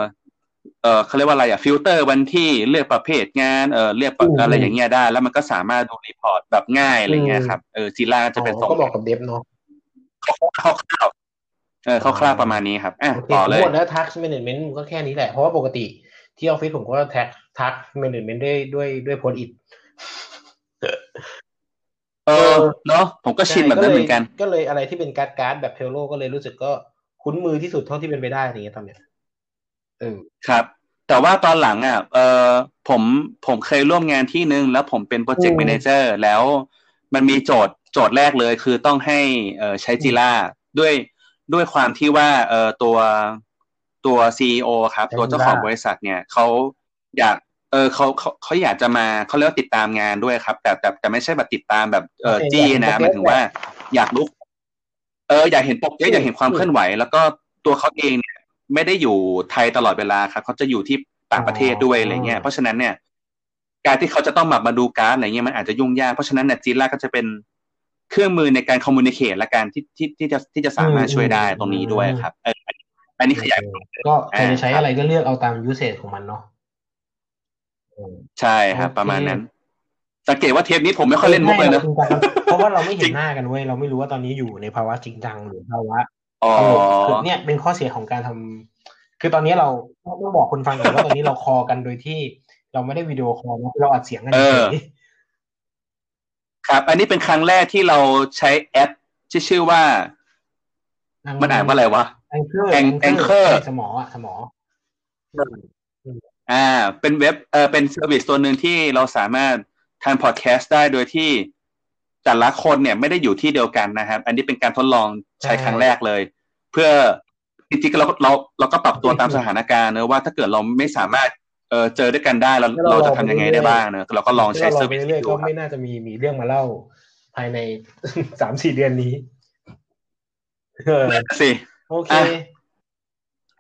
เออเขาเรียกว่าอะไรอะฟิลเตอร์วันที่เลือกประเภทงานเออเลือกประ อืม อะไรอย่างเงี้ยได้ แล้วมันก็สามารถดูรีพอร์ตแบบง่ายอะไรเงี้ยครับเออจีล่าจะเป็น อ๋ ส่ อง ก็บอกกับเดฟเนาะ คร่าวๆเออคร่าวๆประมาณนี้ครับอ่ะ โอเค ต่อ ผม เลย หมดแล้วทักแมเนจเมนต์ก็แค่นี้แหละ เพราะว่าปกติที่ออฟฟิศผมก็แท็กทักแมเนจเมนต์ด้วยด้วยด้วยโพสอิด เออ เออ เนาะผมก็ชินแบบนั้นเหมือนกัน ก็เลยอะไรที่เป็นการ์ดการ์ดแบบเทโลก็เลยรู้สึกก็คุ้นมือที่สุดเท่าที่เป็นไปได้อย่างเงี้ยตอนเนี้ยเออ ครับ แต่ว่าตอนหลังอ่ะ เออผมผมเคยร่วมงานที่หนึ่งแล้วผมเป็นโปรเจก อื ต์ ม แมเนเจอร์แล้วมันมีโจทย์โจทย์แรกเลยคือต้องให้เออใช้จีล่าด้วยด้วยความที่ว่าเออตัวตัวซีอครับ ใช้ ตัว Jira เจ้าของบริษัทเนี่ยเขาอยากเออเขาเขาเขาอยากจะมาเขาเรียกว่าติดตามงานด้วยครับ แต่แต่แต่ไม่ใช่แบบติดตามแบบเออ โอเค จี้ อยากเห็น นะห โปรเกรส มายถึงว่า อยากรู้เอออยากเห็นปกเย อื อะ ม อยากเห็นความเคลื่อนไหว แล้วก็ตัวเขาเองเนี่ย ไม่ได้อยู่ไทยตลอดเวลาครับเขาจะอยู่ที่ต่างประเทศด้วย อ๋ออ อะไรเงี้ย เพราะฉะนั้นเนี่ย การที่เขาจะต้องมามาดูการ์ดอะไรเงี้ยมันอาจจะยุ่งยากเพราะฉะนั้นเนี่ยจีล่าก็จะเป็นเครื่องมือในการคอมมูนิเค e และการที่ที่ที่จะที่จะสามารถช่วยได้ตรงนี้ด้วยครับเอออันนี้อันนี้ขยาย ก็ใครจะใช้ อ่า อะไรก็เลือกเอาตามยูเซ e ของมันเนาะอืม ใช่ครับ โอเค ประมาณนั้น สังเกตว่าเทปนี้ผมไม่ค่อยเล่นมุกเลยนะ จริงจังครับเพราะว่าเราไม่เห็นหน้ากันเว้ยเราไม่รู้ว่าตอนนี้อยู่ในภาวะจริงจังหรือภาวะ อ๋อ คือเนี่ยเป็นข้อเสียของการทำคือตอนนี้เราต้องบอกคนฟังก่อน ว่าตอนนี้เราคอกันโดยที่เราไม่ได้วิดีโอคอลนะเราอัดเสียงกัน เอ เฉ อ ย ครับ อันนี้เป็นครั้งแรกที่เราใช้แอปที่ชื่อว่า มันอ่านว่าอะไรวะ แองเกอร์ Anch- Anchor สมออะสมอ อ่า เป็นเว็บ เออเป็นเซอร์วิสตัวหนึ่งที่เราสามารถทำพอดแคสต์ได้โดยที่แต่ละคนเนี่ยไม่ได้อยู่ที่เดียวกันนะครับ อันนี้เป็นการทดลองใช้ ใช่ ครั้งแรกเลย เพื่อจริงๆเราเราเราก็ปรับตัวตามสถานการณ์เนอะว่าถ้าเกิดเราไม่สามารถเออเจอด้วยกันได้เราเราจะทำยังไงได้บ้างเนอะเราก็ลองใช้เซอร์วิส เรื่อยๆนี้ดู ก็ ครับ ไม่น่าจะมีมีเรื่องมาเล่าภายใน สามสี่เดือนนี้เออ สิ โอเค อ่ะ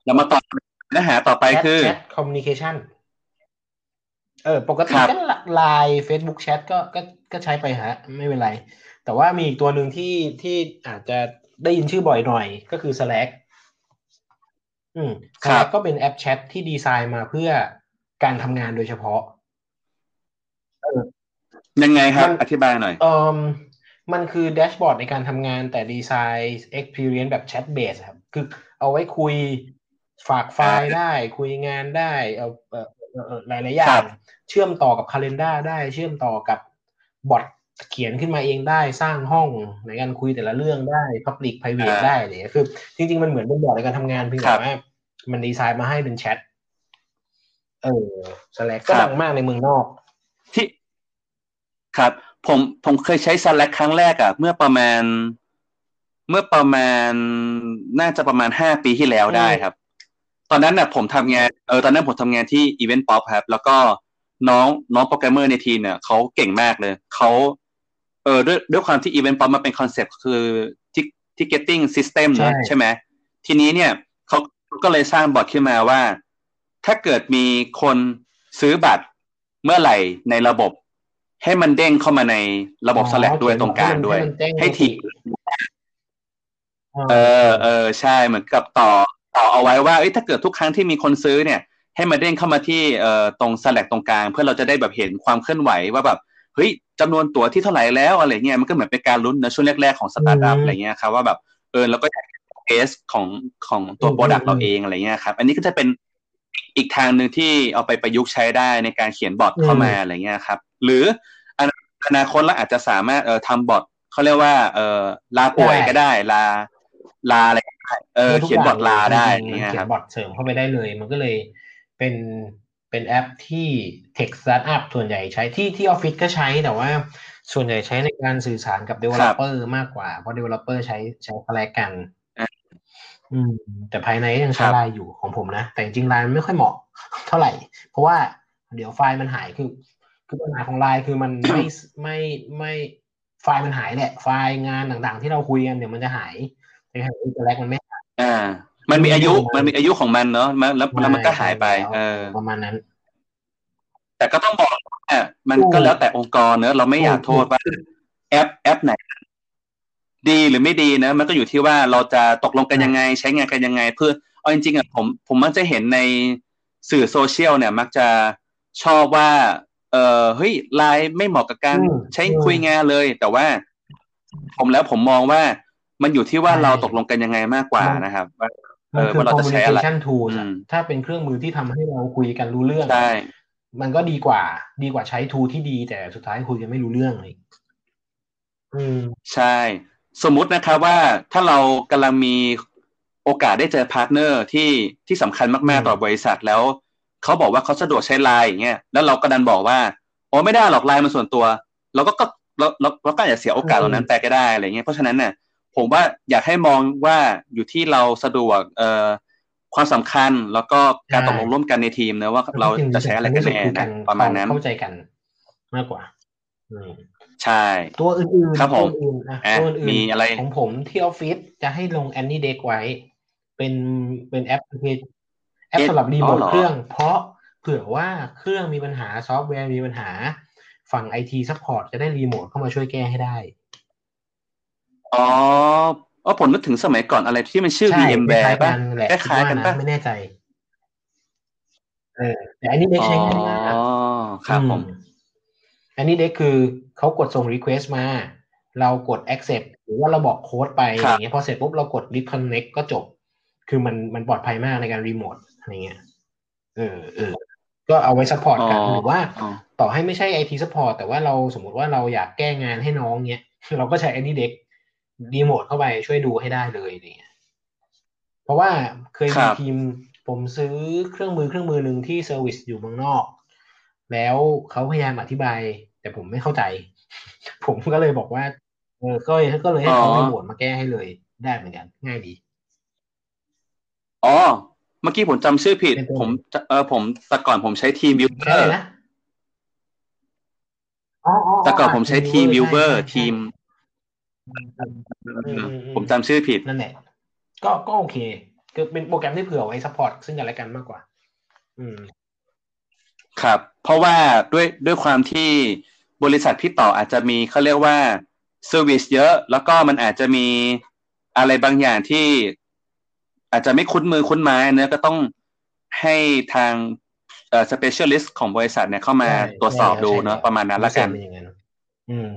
เรามาต่อเนื้อหาต่อไปคือ แชทคอมมิวนิเคชันเออ ปกติ ครับ ก็ไลน์เฟซบุ๊กแชทก็ก็ก็ใช้ไปฮะ ไม่เป็นไร แต่ว่ามีอีกตัวหนึ่งที่ที่อาจจะได้ยินชื่อบ่อยหน่อยก็คือ Slack อืม ครับ Slack ก็เป็นแอปแชทที่ดีไซน์มาเพื่อการทำงานโดยเฉพาะ ยังไงครับ มัน อธิบายหน่อย เอ่มมันคือแดชบอร์ดในการทำงานแต่ดีไซน์ Experience แบบแชทเบสครับ คือเอาไว้คุยฝากไฟล์ได้ คุยงานได้เอาเอ่อเอ่อเอ่อหลายๆอย่า ครั ง บ เชื่อมต่อกับ Calendar ได้เชื่อมต่อกับบอทเขียนขึ้นมาเองได้สร้างห้องในการคุยแต่ละเรื่องได้ Public Private อ่า ได้อะไรอย่างเลยคือ จริง ๆ มันเหมือนเป็นบอร์ดในการทำงานเพียง ครั แต่ บ ว่ามันดีไซน์มาให้เป็นแชทเออ Slack ครั ก็ บ ดังมากในเมืองนอก ที่ครับ ผมผมเคยใช้ Slack ครั้งแรกอะเมื่อประมาณ เมื่อประมาณน่าจะประมาณห้าปีที่แล้วได้ครับ ตอนนั้นน่ะ ผมทำงานเออตอนนั้นผมทำงานที่ Event Pop ครับ แล้วก็น้องน้องโปรแกรมเมอร์ในทีมเนี่ยเขาเก่งมากเลยเขาเออด้วยด้วยความที่ Event Pop มันเป็นคอนเซปต์คือ Tick- Ticketing System เนอะ ใช่ ใช่ไหม ทีนี้เนี่ยเขาก็เลยสร้างบอทขึ้นมาว่า ถ้าเกิดมีคนซื้อบัตรเมื่อไหร่ในระบบ ให้มันเด้งเข้ามาในระบบ Slack ด้วยตรงกลางด้วย ให้ทีม เออเออใช่เหมือนกับต่อต่อเอาไว้ว่าเอ้ยถ้าเกิดทุกครั้งที่มีคนซื้อเนี่ย ให้มาเด้งเข้ามาที่เอ่อตรง Slack ตรงกลาง เพื่อเราจะได้แบบเห็นความเคลื่อนไหวว่าแบบเฮ้ยจำนวนตั๋วที่เท่าไหร่แล้วอะไรเงี้ยมันก็เหมือนเป็นการลุ้นนะช่วงแรกๆของสตาร์ทอัพ อืม อะไรเงี้ยครับว่าแบบเออเราก็อยากเอสของของตัว อืม โปรดักต์ อืม เราเองอะไรเงี้ยครับ อันนี้ก็จะเป็นอีกทางหนึ่งที่เอาไปประยุกต์ใช้ได้ในการเขียนบอทเข้ามาอะไรเงี้ยครับ หรืออนาอนาคตเราอาจจะสามารถเอ่อทำบอทเขาเรียกว่าเอ่อลาป่วยก็ได้ลา ลาอะไรก็ได้เออ เขียนบอทลาได้ จริงๆ นี่ มัน นะ เขียครับ นบอทเสริมเข้าไปได้เลย มันก็เลยเป็นเป็นแอปที่ Tech Startup ส่วนใหญ่ใช้ที่ที่ออฟฟิศก็ใช้แต่ว่าส่วนใหญ่ใช้ในการสื่อสารกับ Developer มากกว่า เพราะ Developer ใช้ใช้คลายกัน อ่ะ อืม แต่ภายในก็ยังใช้ ครับ ไลน์อยู่ของผมนะ แต่จริงๆไลน์มันไม่ค่อยเหมาะ เท่าไหร่ เพราะว่าเดี๋ยวไฟล์มันหายคือคือปัญหาของไลน์คือมัน ไม่ ไม่ไม่ไฟล์มันหายแหละ ไฟล์งานต่างๆ ที่เราคุยกันเดี๋ยวมันจะหายแต่ของ Slack มันไม่ อ่า มันมีอายุมันมีอายุของมันเนอะมันแล้วแล้วมันก็หายไป เออ ประมาณนั้น แต่ก็ต้องบอกว่ามันก็แล้วแต่องค์กรเนอะเราไม่อยากโทษว่าแอปแอปไหน ดีหรือไม่ดีนะมันก็อยู่ที่ว่าเราจะตกลงกันยังไง ใช้งานกันยังไง เพื่อเอาจริงๆอ่ะผมผมมักจะเห็นในสื่อโซเชียลเนี่ย มักจะชอบว่า เออเฮ้ยไลน์ไม่เหมาะกับการ อืม ใช้ อืม คุยงานเลย แต่ว่า ผมแล้วผมมองว่ามันอยู่ที่ว่า ใช่ เราตกลงกันยังไงมากกว่านะครับว่า เอ มัน อ คือ ว่าเราจะใช้อะไร communication tools อื อะ ม ถ้าเป็นเครื่องมือที่ทำให้เราคุยกันรู้เรื่อง ใช่ มันก็ดีกว่า ดีกว่าใช้ tool ที่ดี แต่สุดท้ายคุยกันไม่รู้เรื่องเลยอืม ใช่ สมมุตินะครับว่าถ้าเรากำลังมีโอกาสได้เจอพาร์ทเนอร์ที่ที่สำคัญมาก อืม ๆต่อบริษัทแล้วเขาบอกว่าเขาสะดวกใช้ไลน์อย่างเงี้ยแล้วเราก็ดันบอกว่าโอ้ไม่ได้หรอกไลน์มันส่วนตัว เราก็ก็เราเราเราก็อาจจะเสียโอกาสเหล่านั้นไปก็ได้อะไรเงี้ยเพราะฉะนั้นเนี่ยผมว่าอยากให้มองว่าอยู่ที่เราสะดวกเอ่อความสำคัญแล้วก็การตกลงร่วมกันในทีมนะว่าเราจะใช้อะไรกันแน่ คือ นะประมาณนั้น เข้าใจกันมากกว่าอืม ใช่ ตัวอื่นๆ ครับผม ตัวอื่นๆอะ อ่ะ ตัวอื่นๆ มีอะไร ของผมที่ออฟฟิศจะให้ลง Any Deck ไว้ เป็นเป็นแอปพลิเคชันแอป เอ๊ะ สำหรับรีโม อ๋ทอเหรอ เครื่อง เพราะเผื่อว่าเครื่องมีปัญหาซอฟต์แวร์มีปัญหา ฝั่งไอทีซัพพอร์ตจะได้รีโมทเข้ามาช่วยแก้ให้ได้ อ๋ออ๋อผมนึกถึงสมัยก่อนอะไรที่มันชื่อ ใช่ VMware ป่ะ แหละ คล้ายๆกันป่ะ คิดว่ไม่แน่ใจเออแต่อันนี้เด็ก อ๋อ ใช้ง่ายมาก ครับผม อือันนี้เด็กคือเขากดส่ง Request มา เรากด accept หรือว่าเราบอกโค้ดไป ค อ รับ ย่างเงี้ยพอเสร็จปุ๊บเรากด disconnect ก็จบ คือมันมันปลอดภัยมากในการรีโมทอะไรเงี้ยเออเออก็เอาไว้ support กัน อ๋อ หรือว่า อ๋อ ต่อให้ไม่ใช่ไอที u p พอร์ตแต่ว่าเราสมมติว่าเราอยากแก้งานให้น้องเนี้ย เราก็ใช้แอนดี้เด็กรีโมทเข้าไปช่วยดูให้ได้เลยอะไรเงี้ยเพราะว่าเคยมีทีมผมซื้อเครื่องมือเครื่องมือหนึ่งที่เซอร์วิสอยู่เมืองนอก แล้วเขาพยายามอธิบาย แต่ผมไม่เข้าใจ ผมก็เลยบอกว่า เออก็เลยก็เลยให้เขารีโมทมาแก้ให้เลยได้เหมือนกัน ง่ายดี อ๋อ เมื่อกี้ผมจำชื่อผิด เป็นตัว ผมจะเออผมแต่ก่อนผมใช้ทีมวิวเว ใช่ อ เลย ร์ นะอ๋ออ๋อ แต่ก่อนผมใช้ทีมวิวเวอร์ ใช่ใช่ ทีม ใช่ อืมอืมอืม ผมจำชื่อผิด นั่นแหละ ก็ก็โอเค คือเป็นโปรแกรมที่เผื่อไว้ซัพพอร์ตซึ่งกันและกันมากกว่า อืม ครับ เพราะว่าด้วยด้วยความที่บริษัทพี่ต่ออาจจะมีเขาเรียกว่าเซอร์วิสเยอะ แล้วก็มันอาจจะมีอะไรบางอย่างที่ อาจจะไม่คุ้นมือคุ้นไม้เนอะก็ต้องให้ทางเอ่อสเปเชียลิสต์ของบริษัทเนี่ยเข้ามา ใช่ ตรวจสอบดูเนอะ ใช่ ประมาณนั้นละกัน เป็นอย่างนั้นอืม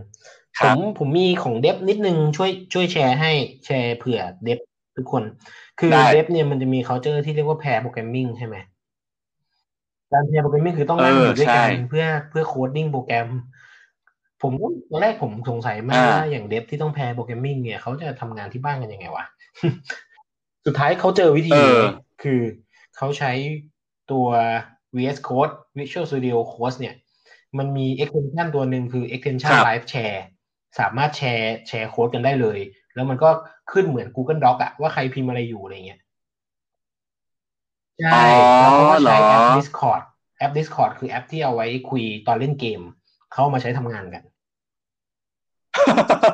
ค ผ รับ มผมมีของเดฟนิดนึงช่วยช่วยแชร์ให้แชร์เผื่อเดฟทุกคน คือ ได้ เดฟเนี่ยมันจะมี culture ที่เรียกว่า pair programming ใช่ไหม การแชร์โปรแกรมมิ่งคือต้องนั่งอยู่ด้วยกัน เออใช่ เพื่อเพื่อโคดดิ้งโปรแกรม ผมก็ตอนแรกผมสงสัยมาก อ่า ว่าอย่างเดฟที่ต้องแพร์โปรแกรมมิ่งเนี่ยเขาจะทำงานที่บ้านกันยังไงวะ สุดท้ายเขาเจอวิธีเว้ยคือเขาใช้ตัว VS Code Visual Studio Code เนี่ย มันมี extension ตัวหนึ่งคือ extension ครับ Live Share สามารถแชร์แชร์โค้ดกันได้เลย แล้วมันก็ขึ้นเหมือน Google Doc อะว่าใครพิมพ์อะไรอยู่อะไรเงี้ย ใช่แล้วเขาก็ใช้แอป อ๋อเหรอ Discord แอป Discord คือแอปที่เอาไว้คุยตอนเล่นเกม เขาเอามาใช้ทำงานกัน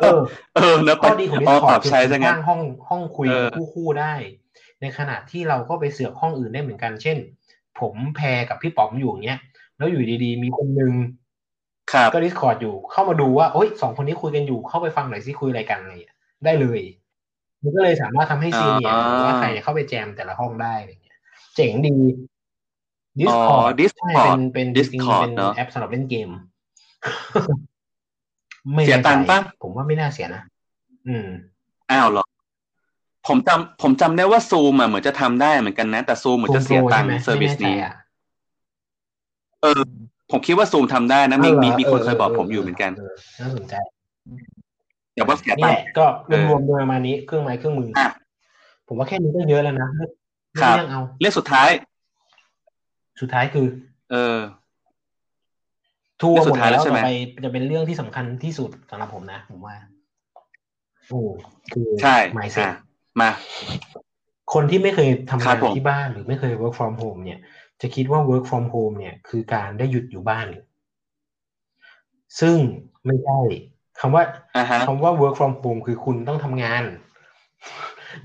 เออ เออเนอะ ข้อดีของ อ๋อปรั Discord บ คือ ใช้สซะงั้น ร้างห้องห้องคุย เออ คู่คู่ได้ ในขณะที่เราก็ไปเสือกห้องอื่นได้เหมือนกัน เช่น ผมแพรกับพี่ป๋อมอยู่อย่างเงี้ย แล้วอยู่ดีๆ มีคนหนึ่ง ครับ ก็ Discord อยู่เข้ามาดูว่าโอ้ยสองคนนี้คุยกันอยู่เข้าไปฟังหน่อยสิคุยอะไรกันอะไรอย่างเงี้ยได้เลย มันก็เลยสามารถทำให้ซีเนียร์หรือว่าใครเข้าไปแจมแต่ละห้องได้อะไรอย่างเงี้ยเจ๋งดี อ๋อ Discord ใช่ Discord เป็นเป็นจริง Discord ๆเป็น เนอะ แอปสำหรับเล่นเกม เสียตังค์ปะ ผมว่าไม่น่าเสียนะ อืม อ้าวเหรอ ผมจำผมจำได้ว่าซูมอ่ะเหมือนจะทำได้เหมือนกันนะ แต่ซูมเหมือนจะเสียตังค์ Chrome Pro เซอร์วิส ใช่ไหมไม่แใจนี้อะ เออ ผมคิดว่าซูมทำได้นะ มี เอาเหรอ มีมีคนเคย เออเออ บอกผมอยู่เหมือนกัน เออน่าสนใจ แต่ว่าเสีย นี่ ตัง แห ค์ ละก็รวมๆโดยประมาณนี้เครื่องไม้เครื่องมืออะ ผมว่าแค่นี้ก็เยอะแล้วนะเลือก ครับ เรื่องเอา เรื่องสุดท้าย สุดท้ายคือ เออ ทัวร์ เรื่อง หมดสุดท้ายแล้แล้ว วใช่ ต่ ไหม อไปจะเป็นเรื่องที่สำคัญที่สุดสำหรับผมนะผมว่าโอ้คือ ใช่ ไมเซ็ต อ่ะมา คนที่ไม่เคยทำ ครั งา บ น ผม ที่บ้านหรือไม่เคย work from home เนี่ย จะคิดว่า work from home เนี่ย คือการได้หยุดอยู่บ้าน ซึ่งไม่ใช่คำว่า อ่ะฮะ คำว่า work from home คือคุณต้องทำงาน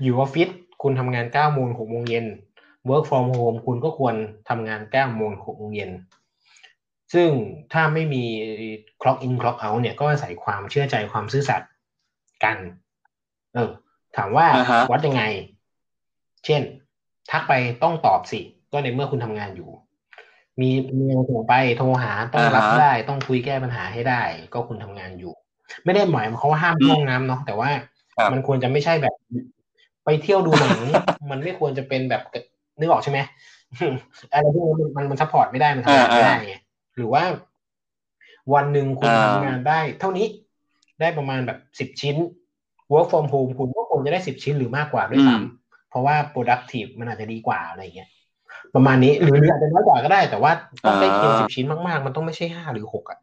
อยู่ออฟฟิศ คุณทำงานเก้าโมงหกโมงเย็น work from home คุณก็ควรทำงานเก้าโมงหกโมงเย็น ซึ่งถ้าไม่มี clock in clock out เนี่ยก็อาศัยความเชื่อใจความซื่อสัตย์กัน เออ ถามว่า อ่าฮะ วัดยังไง เช่น ทักไปต้องตอบสิ ก็ในเมื่อคุณทำงานอยู่ มีเมลส่งไปโทรหาต้องรับ อ่าฮะ ได้ ต้องคุยแก้ปัญหาให้ได้ ก็คุณทำงานอยู่ ไม่ได้หมายเขามว่าห้ามเข้าห้องน้ำเนาะแต่ว่า ครับ มันควรจะไม่ใช่แบบ ไปเที่ยวดูหนัง มันไม่ควรจะเป็นแบบนึกออกใช่ไหม อะไรพวกนี้มันมันซัพพอร์ตไม่ได้มันทำงานไม่ได้ไงหรือว่าวันหนึ่งคุณ อ่า ทำงานได้ เท่านี้ได้ประมาณแบบสิบชิ้น work from home คุณก็ควรจะได้สิบชิ้นหรือมากกว่าด้วยซ้ำเพราะว่า productive มันอาจจะดีกว่าอะไรอย่างเงี้ยประมาณนี้หรือหรืออาจจะน้อยกว่าก็ได้ แต่ว่าต้องได้เพียงสิบชิ้นมากๆ มันต้องไม่ใช่ห้าหรือหกอ่ะ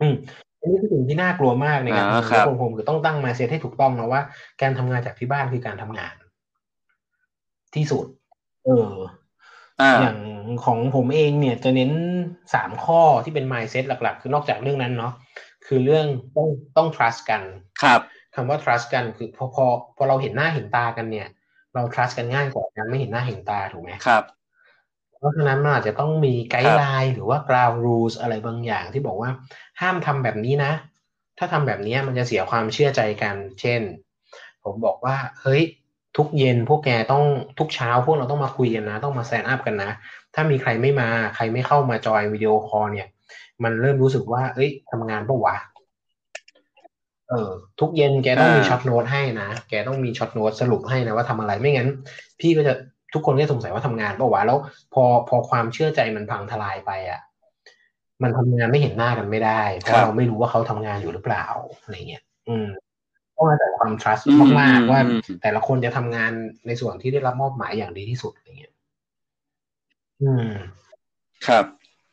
อืมอันนี้คือสิ่งที่น่ากลัวมากในการทำงาน อ่า work ครับ from home คือต้องตั้งมาเซตให้ถูกต้องนะว่า การทำงานจากที่บ้านคือการทำงาน ที่สุด เออ อ่า อย่างของผมเองเนี่ยจะเน้นสามข้อที่เป็น mindset หลัก ๆ คือนอกจากเรื่องนั้นเนาะคือเรื่องต้องต้อง trust กัน ครับ คำว่า trust กันคือพอพอพอเราเห็นหน้าเห็นตากันเนี่ย เรา trust กันง่ายกว่าการไม่เห็นหน้าเห็นตาถูกไหม ครับ เพราะฉะนั้นมันอาจจะต้องมีไกด์ไลน์หรือว่า ground rules อะไรบางอย่างที่บอกว่าห้ามทำแบบนี้นะ ถ้าทำแบบนี้มันจะเสียความเชื่อใจกัน เช่น ผมบอกว่า เฮ้ย ทุกเย็นพวกแกต้องทุกเช้าพวกเราต้องมาคุยกันนะ ต้องมาแซนอัพกันนะ ถ้ามีใครไม่มาใครไม่เข้ามาจอยวิดีโอคอลเนี่ย มันเริ่มรู้สึกว่า เอ้ยทำงานปะวะ เออ ทุกเย็นแกต้องมี อ่า ช็อตโน้ตให้นะ แกต้องมีช็อตโน้ตสรุปให้นะว่าทำอะไรไม่งั้น พี่ก็จะทุกคนก็จะสงสัยว่าทำงานปะวะแล้ว พอพอความเชื่อใจมันพังทลายไปอ่ะ มันทำงานไม่เห็นหน้ากันไม่ได้เพ ครั ราะ บ เราไม่รู้ว่าเขาทำงานอยู่หรือเปล่าอะไรเงี้ยอืมต้องอาศัยความ trust อืม มาก อืม ๆว่า อืม แต่ละคนจะทำงานในส่วนที่ได้รับมอบหมายอย่างดีที่สุดอะไรเงี้ย อืม ครับ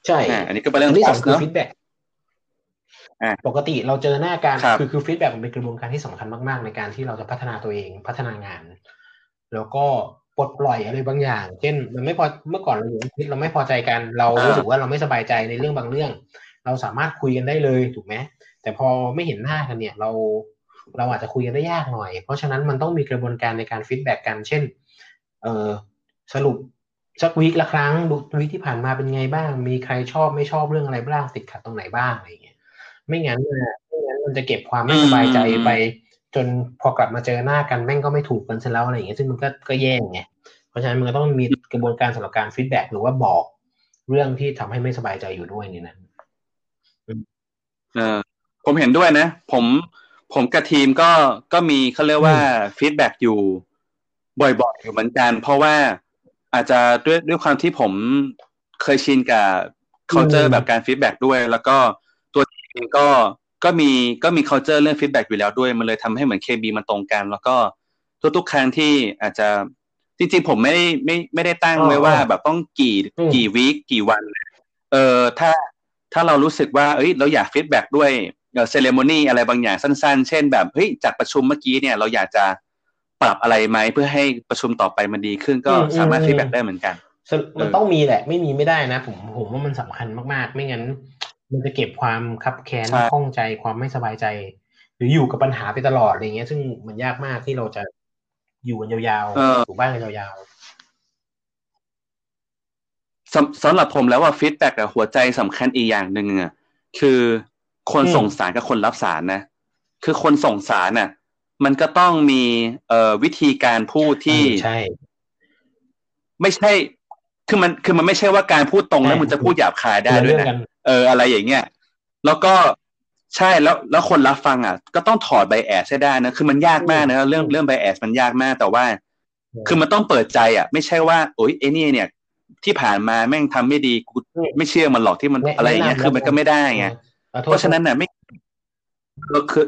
ใช่ อ่าอันนี้ก็เป็นเรื่อง นที่สอง trust คือเนอะ ฟีดแบ็ก อ่า ปกติเราเจอหน้ากัน ครับ คือคือฟีดแบ็กมันเป็นกระบวนการที่สำคัญมาก ๆ ในการที่เราจะพัฒนาตัวเองพัฒนางาน แล้วก็ปลดปล่อยอะไรบางอย่าง เช่น มันไม่พอเมื่อก่อนเราอยู่ออฟฟิศเราไม่พอใจกัน เรา อ่า รู้สึกว่าเราไม่สบายใจในเรื่องบางเรื่อง เราสามารถคุยกันได้เลยถูกไหมแต่พอไม่เห็นหน้ากันเนี่ย เราเราอาจจะคุยกันได้ยากหน่อย เพราะฉะนั้นมันต้องมีกระบวนการในการฟีดแบ็กกัน เช่น เออสรุปสักวีคละครั้งดูวีคที่ผ่านมาเป็นไงบ้าง มีใครชอบไม่ชอบเรื่องอะไรบ้างติดขัดตรงไหนบ้างอะไรอย่างเงี้ยไม่งั้นนะไม่งั้นมันจะเก็บความไม่สบายใจไป จนพอกลับมาเจอหน้ากันแม่งก็ไม่ถูกกันซะแล้วอะไรอย่างเงี้ยซึ่งมันก็ก็แย่ไงเพราะฉะนั้นมันก็ต้องมีกระบวนการสำหรับการฟีดแบ็กหรือว่าบอกเรื่องที่ทำให้ไม่สบายใจอยู่ด้วยในี่นั้น เออผมเห็นด้วยนะ ผมผมกับทีมก็ก็มีเขาเรียกว่าฟีดแบ็กอยู่ บ่อยๆอยู่เหมือนกัน เพราะว่าอาจจะด้วยด้วยความที่ผมเคยชินกับ culture อืม แบบการฟีดแบ็กด้วย แล้วก็ตัวทีมก็ก็มีก็มี culture เรื่องฟีดแบ็กอยู่แล้วด้วย มันเลยทำให้เหมือน KB มันตรงกัน แล้วก็ทุกๆครั้งที่อาจจะจริงๆผมไม่ได้ไม่ไม่ได้ตั้งไว้ว่าแบบต้องกี่ อืม กี่วีคกี่วัน เออถ้าถ้าเรารู้สึกว่าเอ้ยเราอยากฟีดแบ็กด้วยเซเลโมนีอะไรบางอย่างสั้นๆ เช่นแบบเฮ้ยจากประชุมเมื่อกี้เนี่ยเราอยากจะปรับอะไรไหมเพื่อให้ประชุมต่อไปมันดีขึ้นก็ อืมอืม สามารถ อืม ฟีดแบ็กได้เหมือนกัน สรุปมัน เออ ต้องมีแหละ ไม่มีไม่ได้นะ ผมผมว่ามันสำคัญมากๆ ไม่งั้น มันจะเก็บความคับแค้นข้องใจความไม่สบายใจ หรืออยู่กับปัญหาไปตลอดอะไรเงี้ย ซึ่งมันยากมากที่เราจะอยู่กันยาว เออ ๆอยู่บ้านกันยาว สำสำหรับผมแล้วว่าฟีดแบ็กอะหัวใจสำคัญอีกอย่างหนึ่งอะคือคนส่งสารกับคนรับสารนะ คือคนส่งสารน่ะมันก็ต้องมีเอ่อวิธีการพูด ๆ ที่ เออใช่ ไม่ใช่ คือมัน คือมันไม่ใช่ว่าการพูดตรงแล้ว ใช่ มึงจะพูดหยาบคายได้ คนละ ด้วย เรื่อง นะ กัน เออ อะไรอย่างเงี้ย แล้วก็ใช่ แล้ว แล้วคนรับฟังอ่ะ ก็ต้องถอดไบแอสให้ได้นะ คือมันยากมากนะ เรื่อง อืม เรื่องไบแอสมันยากมาก แต่ว่า คือมันต้องเปิดใจอ่ะ ไม่ใช่ว่า โอ๊ยไอ้นี่เนี่ย ที่ผ่านมาแม่งทำไม่ดี กู อืม ไม่เชื่อมันหรอกที่มัน แนะ อะไรอย่างเงี้ย แนะนำ คือมัน แล้วกั ก็ น ไม่ได้ไง ขอโทษ เพราะฉะนั้นน่ะไม่เราคือ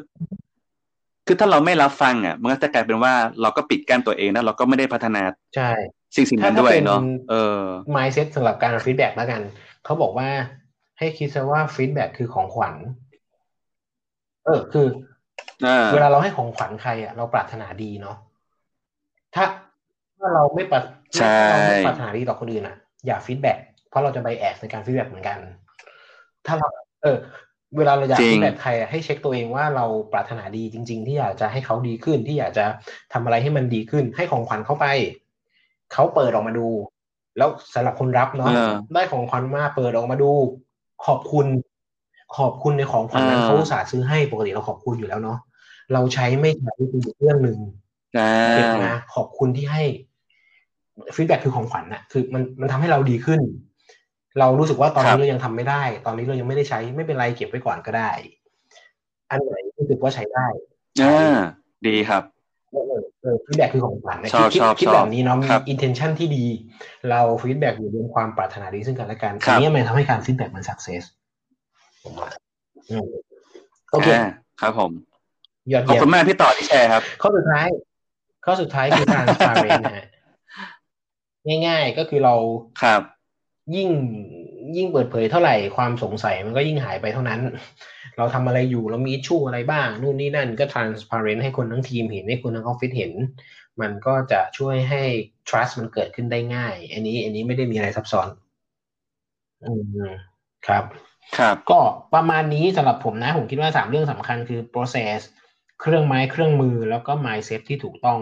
คือถ้าเราไม่รับฟังอ่ะ มันก็จะกลายเป็นว่าเราก็ปิดกั้นตัวเองนะ เราก็ไม่ได้พัฒนา ใช่ สิ่งสิ่งนั้น ถ้า ด้วย เป็น เนาะ เออ mindset สำหรับการฟีดแบ็กแล้วกัน เขาบอกว่าให้คิดซะว่าฟีดแบ็กคือของขวัญ เออ คือ อ่า เวลาเราให้ของขวัญใครอ่ะเราปรารถนาดีเนาะถ้าถ้าเราไม่ปราร ใช่ ถ้าเราไม่ปรารถนาดีต่อคนอื่นอ่ะ อย่าฟีดแบ็กเพราะเราจะไบแอสในการฟีดแบ็กเหมือนกัน ถ้าเรา เออ เวลาเราอยาก จริง ฟีดแบ็กใครอะให้เช็คตัวเองว่าเราปรารถนาดีจริง ๆ ที่อยากจะให้เขาดีขึ้นที่อยากจะทำอะไรให้มันดีขึ้น ให้ของขวัญเขาไปเขาเปิดออกมาดู แล้วสำหรับคนรับเนาะ เออ ได้ของขวัญมาเปิดออกมาดู ขอบคุณ ขอบคุณในของขวัญนั้น อ่า เขาอุตส่าห์ซื้อให้ปกติเราขอบคุณอยู่แล้วเนาะเราใช้ไม่ใช้เป็นอีกเรื่องหนึ่ง ใช่ เก็บมาขอบคุณที่ให้ฟีดแบ็คือของขวัญน่ะ คือมันมันทำให้เราดีขึ้น เรารู้สึกว่าตอน ครั นี้ บ เรายังทำไม่ได้ ตอนนี้เรายังไม่ได้ใช้ไม่เป็นไรเก็บไว้ก่อนก็ได้ อันไหนรู้สึกว่าใช้ได้ อ่าดีครับ ฟีดแบ็คือของขวัญนะ ชอบ คิด ชอบ คิด ชอบ แบบนี้เนาะมี ครับ intention ที่ดี เราฟีดแบ็อยู่บนความปรารถนาดีซึ่งกันและกัน ครั อั บ นนี้มันทำให้การฟีดแบ็มัน success ผมว่าอืมโอเค อ่าครับผม ยอด ขอบ เยี่ย คุ ม ณมากพี่ต่อที่แชร์ครับ ข้อสุดท้าย ข้อสุดท้ายคือ transparent นะฮะง่ายๆก็คือเรา ครับ ยิ่งยิ่งเปิดเผยเท่าไหร่ความสงสัยมันก็ยิ่งหายไปเท่านั้น เราทำอะไรอยู่เรามีชู่อะไรบ้าง นู่นนี่นั่นก็ transparent ให้คนทั้งทีมเห็นให้คนทั้งออฟฟิศเห็น มันก็จะช่วยให้ trust มันเกิดขึ้นได้ง่าย อันนี้อันนี้ไม่ได้มีอะไรซับซ้อน อืมครับ ครับ ก็ประมาณนี้สำหรับผมนะ ผมคิดว่าสามเรื่องสำคัญคือ process เครื่องไม้เครื่องมือแล้วก็ mindset ที่ถูกต้อง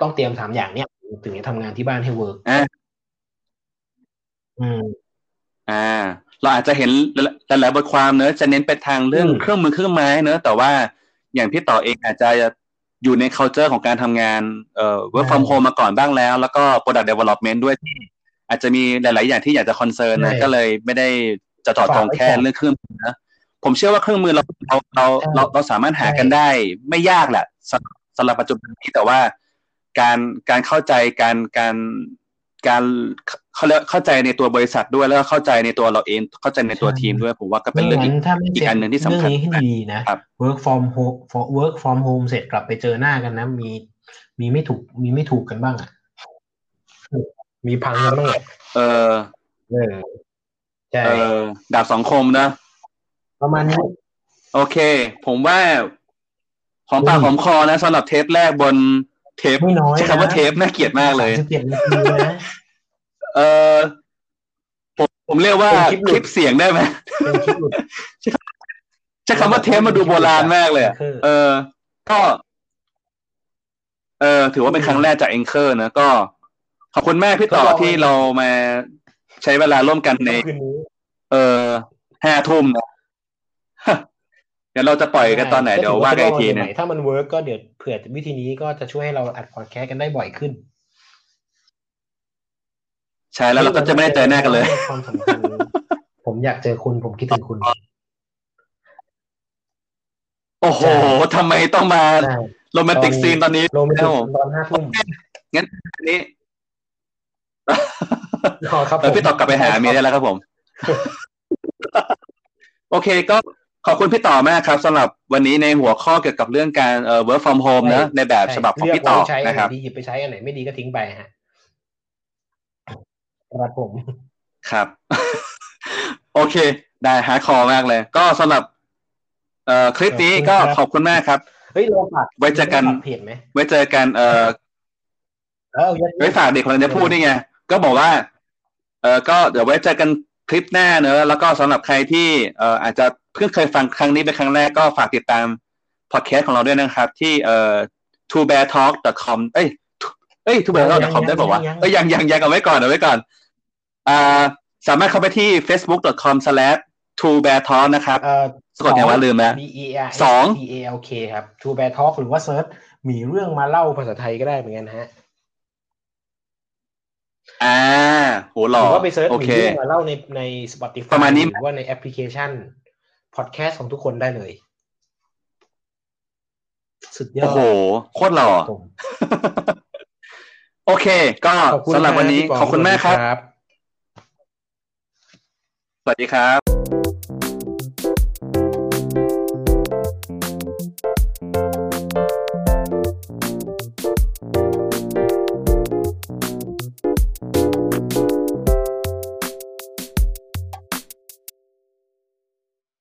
ต้องเตรียมสามอย่างเนี้ยถึงจะทำงานที่บ้านให้ work อ่ะ อืม อ่า เราอาจจะเห็นหลายๆบทความเนอะจะเน้นไปทางเรื่อง อืม เครื่องมือเครื่องไม้เนอะแต่ว่าอย่างพี่ต่อเองอาจจะอยู่ใน culture ของการทำงานเอ่อ work from home มาก่อนบ้างแล้ว แล้วก็ product development ด้วยที่อาจจะมีหลาย ๆ อย่างที่อยากจะคอนเซิร์นนะ ใช่ ก็เลยไม่ได้จะเจาะจงแค่ ฝากไว้ก่อน เรื่องเครื่องมือนะผมเชื่อว่าเครื่องมือเราเราเรา ใช่ เราเราสามารถหา ใช่ กันได้ ไม่ยากแหละสำสำหรับปัจจุบันนี้แต่ว่าการการเข้าใจการการ การเขาเรียกเข้าใจในตัวบริษัทด้วยแล้วก็เข้าใจในตัวเราเองเข้าใจในตัวทีมด้วยผมว่าก็เป็นเรื่อง ไม่ อีก งั้นถ้าไม่เสร็จ กอันหนึ่งที่สำคัญ เรื่องนี้ให้ดีนะ ครับ work from home for work from home เสร็จกลับไปเจอหน้ากันนะ มี มีไม่ถูก มีไม่ถูกกันบ้างอ่ะ มีพังกันบ้างอะ เออ เออใช่ เออดาบสองคมนะ ประมาณนี้ โอเค ผมว่าหอมปาก อืม หอมคอนะสำหรับเทปแรกบนเทป ไม่น้อยนะ ใช้คำว่าเทปน่าเกลียดมากเลย สสิบเจ็ดนาทีนะ เออผมผมเรียกว่า เป็นคลิปหลุด คลิปเสียงได้ไหม เป็นคลิปหลุด ใช้คำว่าเทปมาดูโบราณมากเลยอะ คือ เออ ก็ เออ ถือว่าเป็นครั้งแรกจากเองเคอร์นะ ก็ ขอบคุณมากพี่ต่อ ก็ลอง ที่เรามาใช้เวลาร่วมกันใน คืนนี้ เออห้าทุ่มนะ เดี๋ยวเราจะปล่อยกันตอนไหน ใช่ เดี๋ยวว่ากันอีกทีเนี่ย ถ้ามันเวิร์กก็เดี๋ยวเผื่อวิธีนี้ก็จะช่วยให้เราอัดพอดแคสต์กันได้บ่อยขึ้น ใช่แล้วเราก็จะไม่ได้เจอหน้ากันเลย ความสำคัญผมอยากเจอคุณผมคิดถึงคุณ โอ้โหทำไมต้องมาโรแมนติกซีนตอนนี้ โรแมนติกตอนห้าทุ่ม อันนี้ ขอครับ เออ ผม พี่ต่อกลับไปหาเมียได้แล้วครับผม โอเค ก็ขอบคุณพี่ต่อมากครับสำหรับวันนี้ในหัวข้อเกี่ยวกับเรื่องการเอ่อ work from home นะในแบบฉบับของพี่ต่อ เลืกเาใช้ นะครับ ไหดีหยิบไปใช้อันไหนไม่ดีก็ทิ้งไปฮะครับผม ครับ โอเค ได้หาคอมากเลย ก็สำหรับ เอ่อคลิปนี้ก็ ครับ ขอบคุณมากครับ เฮ้ยเราฝาก ไว้เจอกัน ราฝาเพจไหม ไว้เจอกันเอ่อ เออยัด ไว้ฝากเด็กคนนี้พูดนี่ไง ก็บอกว่า เออก็เดี๋ยวไว้เจอกันคลิปหน้าเนอะแล้วก็สำหรับใครที่เอ่ออาจจะเพิ่งเคยฟังครั้งนี้เป็นครั้งแรกก็ฝากติดตามพอดแคสต์ของเราด้วยนะครับ ที่เอ่อ t o b e a r t a l k com เอ้ย two- เอ้ย t o b e a r t a l k com ได้บอกว่าวะเอ้ยยังยังยังเอาไว้ก่อนเอาไว้ก่อน อ่า สามารถเข้าไปที่ facebook com slash t o b e a r t a l k นะครับ เอ่อ สะกดยังว่าลืมแล้ว B E R สอง B A L K ครับ To Bear Talk หรือว่าเซิร์ชมีเรื่องมาเล่าภาษาไทยก็ได้เหมือนกันฮะ อ่าโหห ห ล่อ รือว่าไปเซิร์ช โอ มี เค เรื่องมาเล่าในใน Spotify ประมาณนี้ หรือว่าในแอปพลิเคชันพอดแคสต์ของทุกคนได้เลย สุดยอ โอ้ ด โห โคตรหล่อ ผม โอเค ก็ ขอบคุณ สำหรับวันนี้ พี่ปง ขอบคุณมากครับ สวัสดี สวัสดีครับ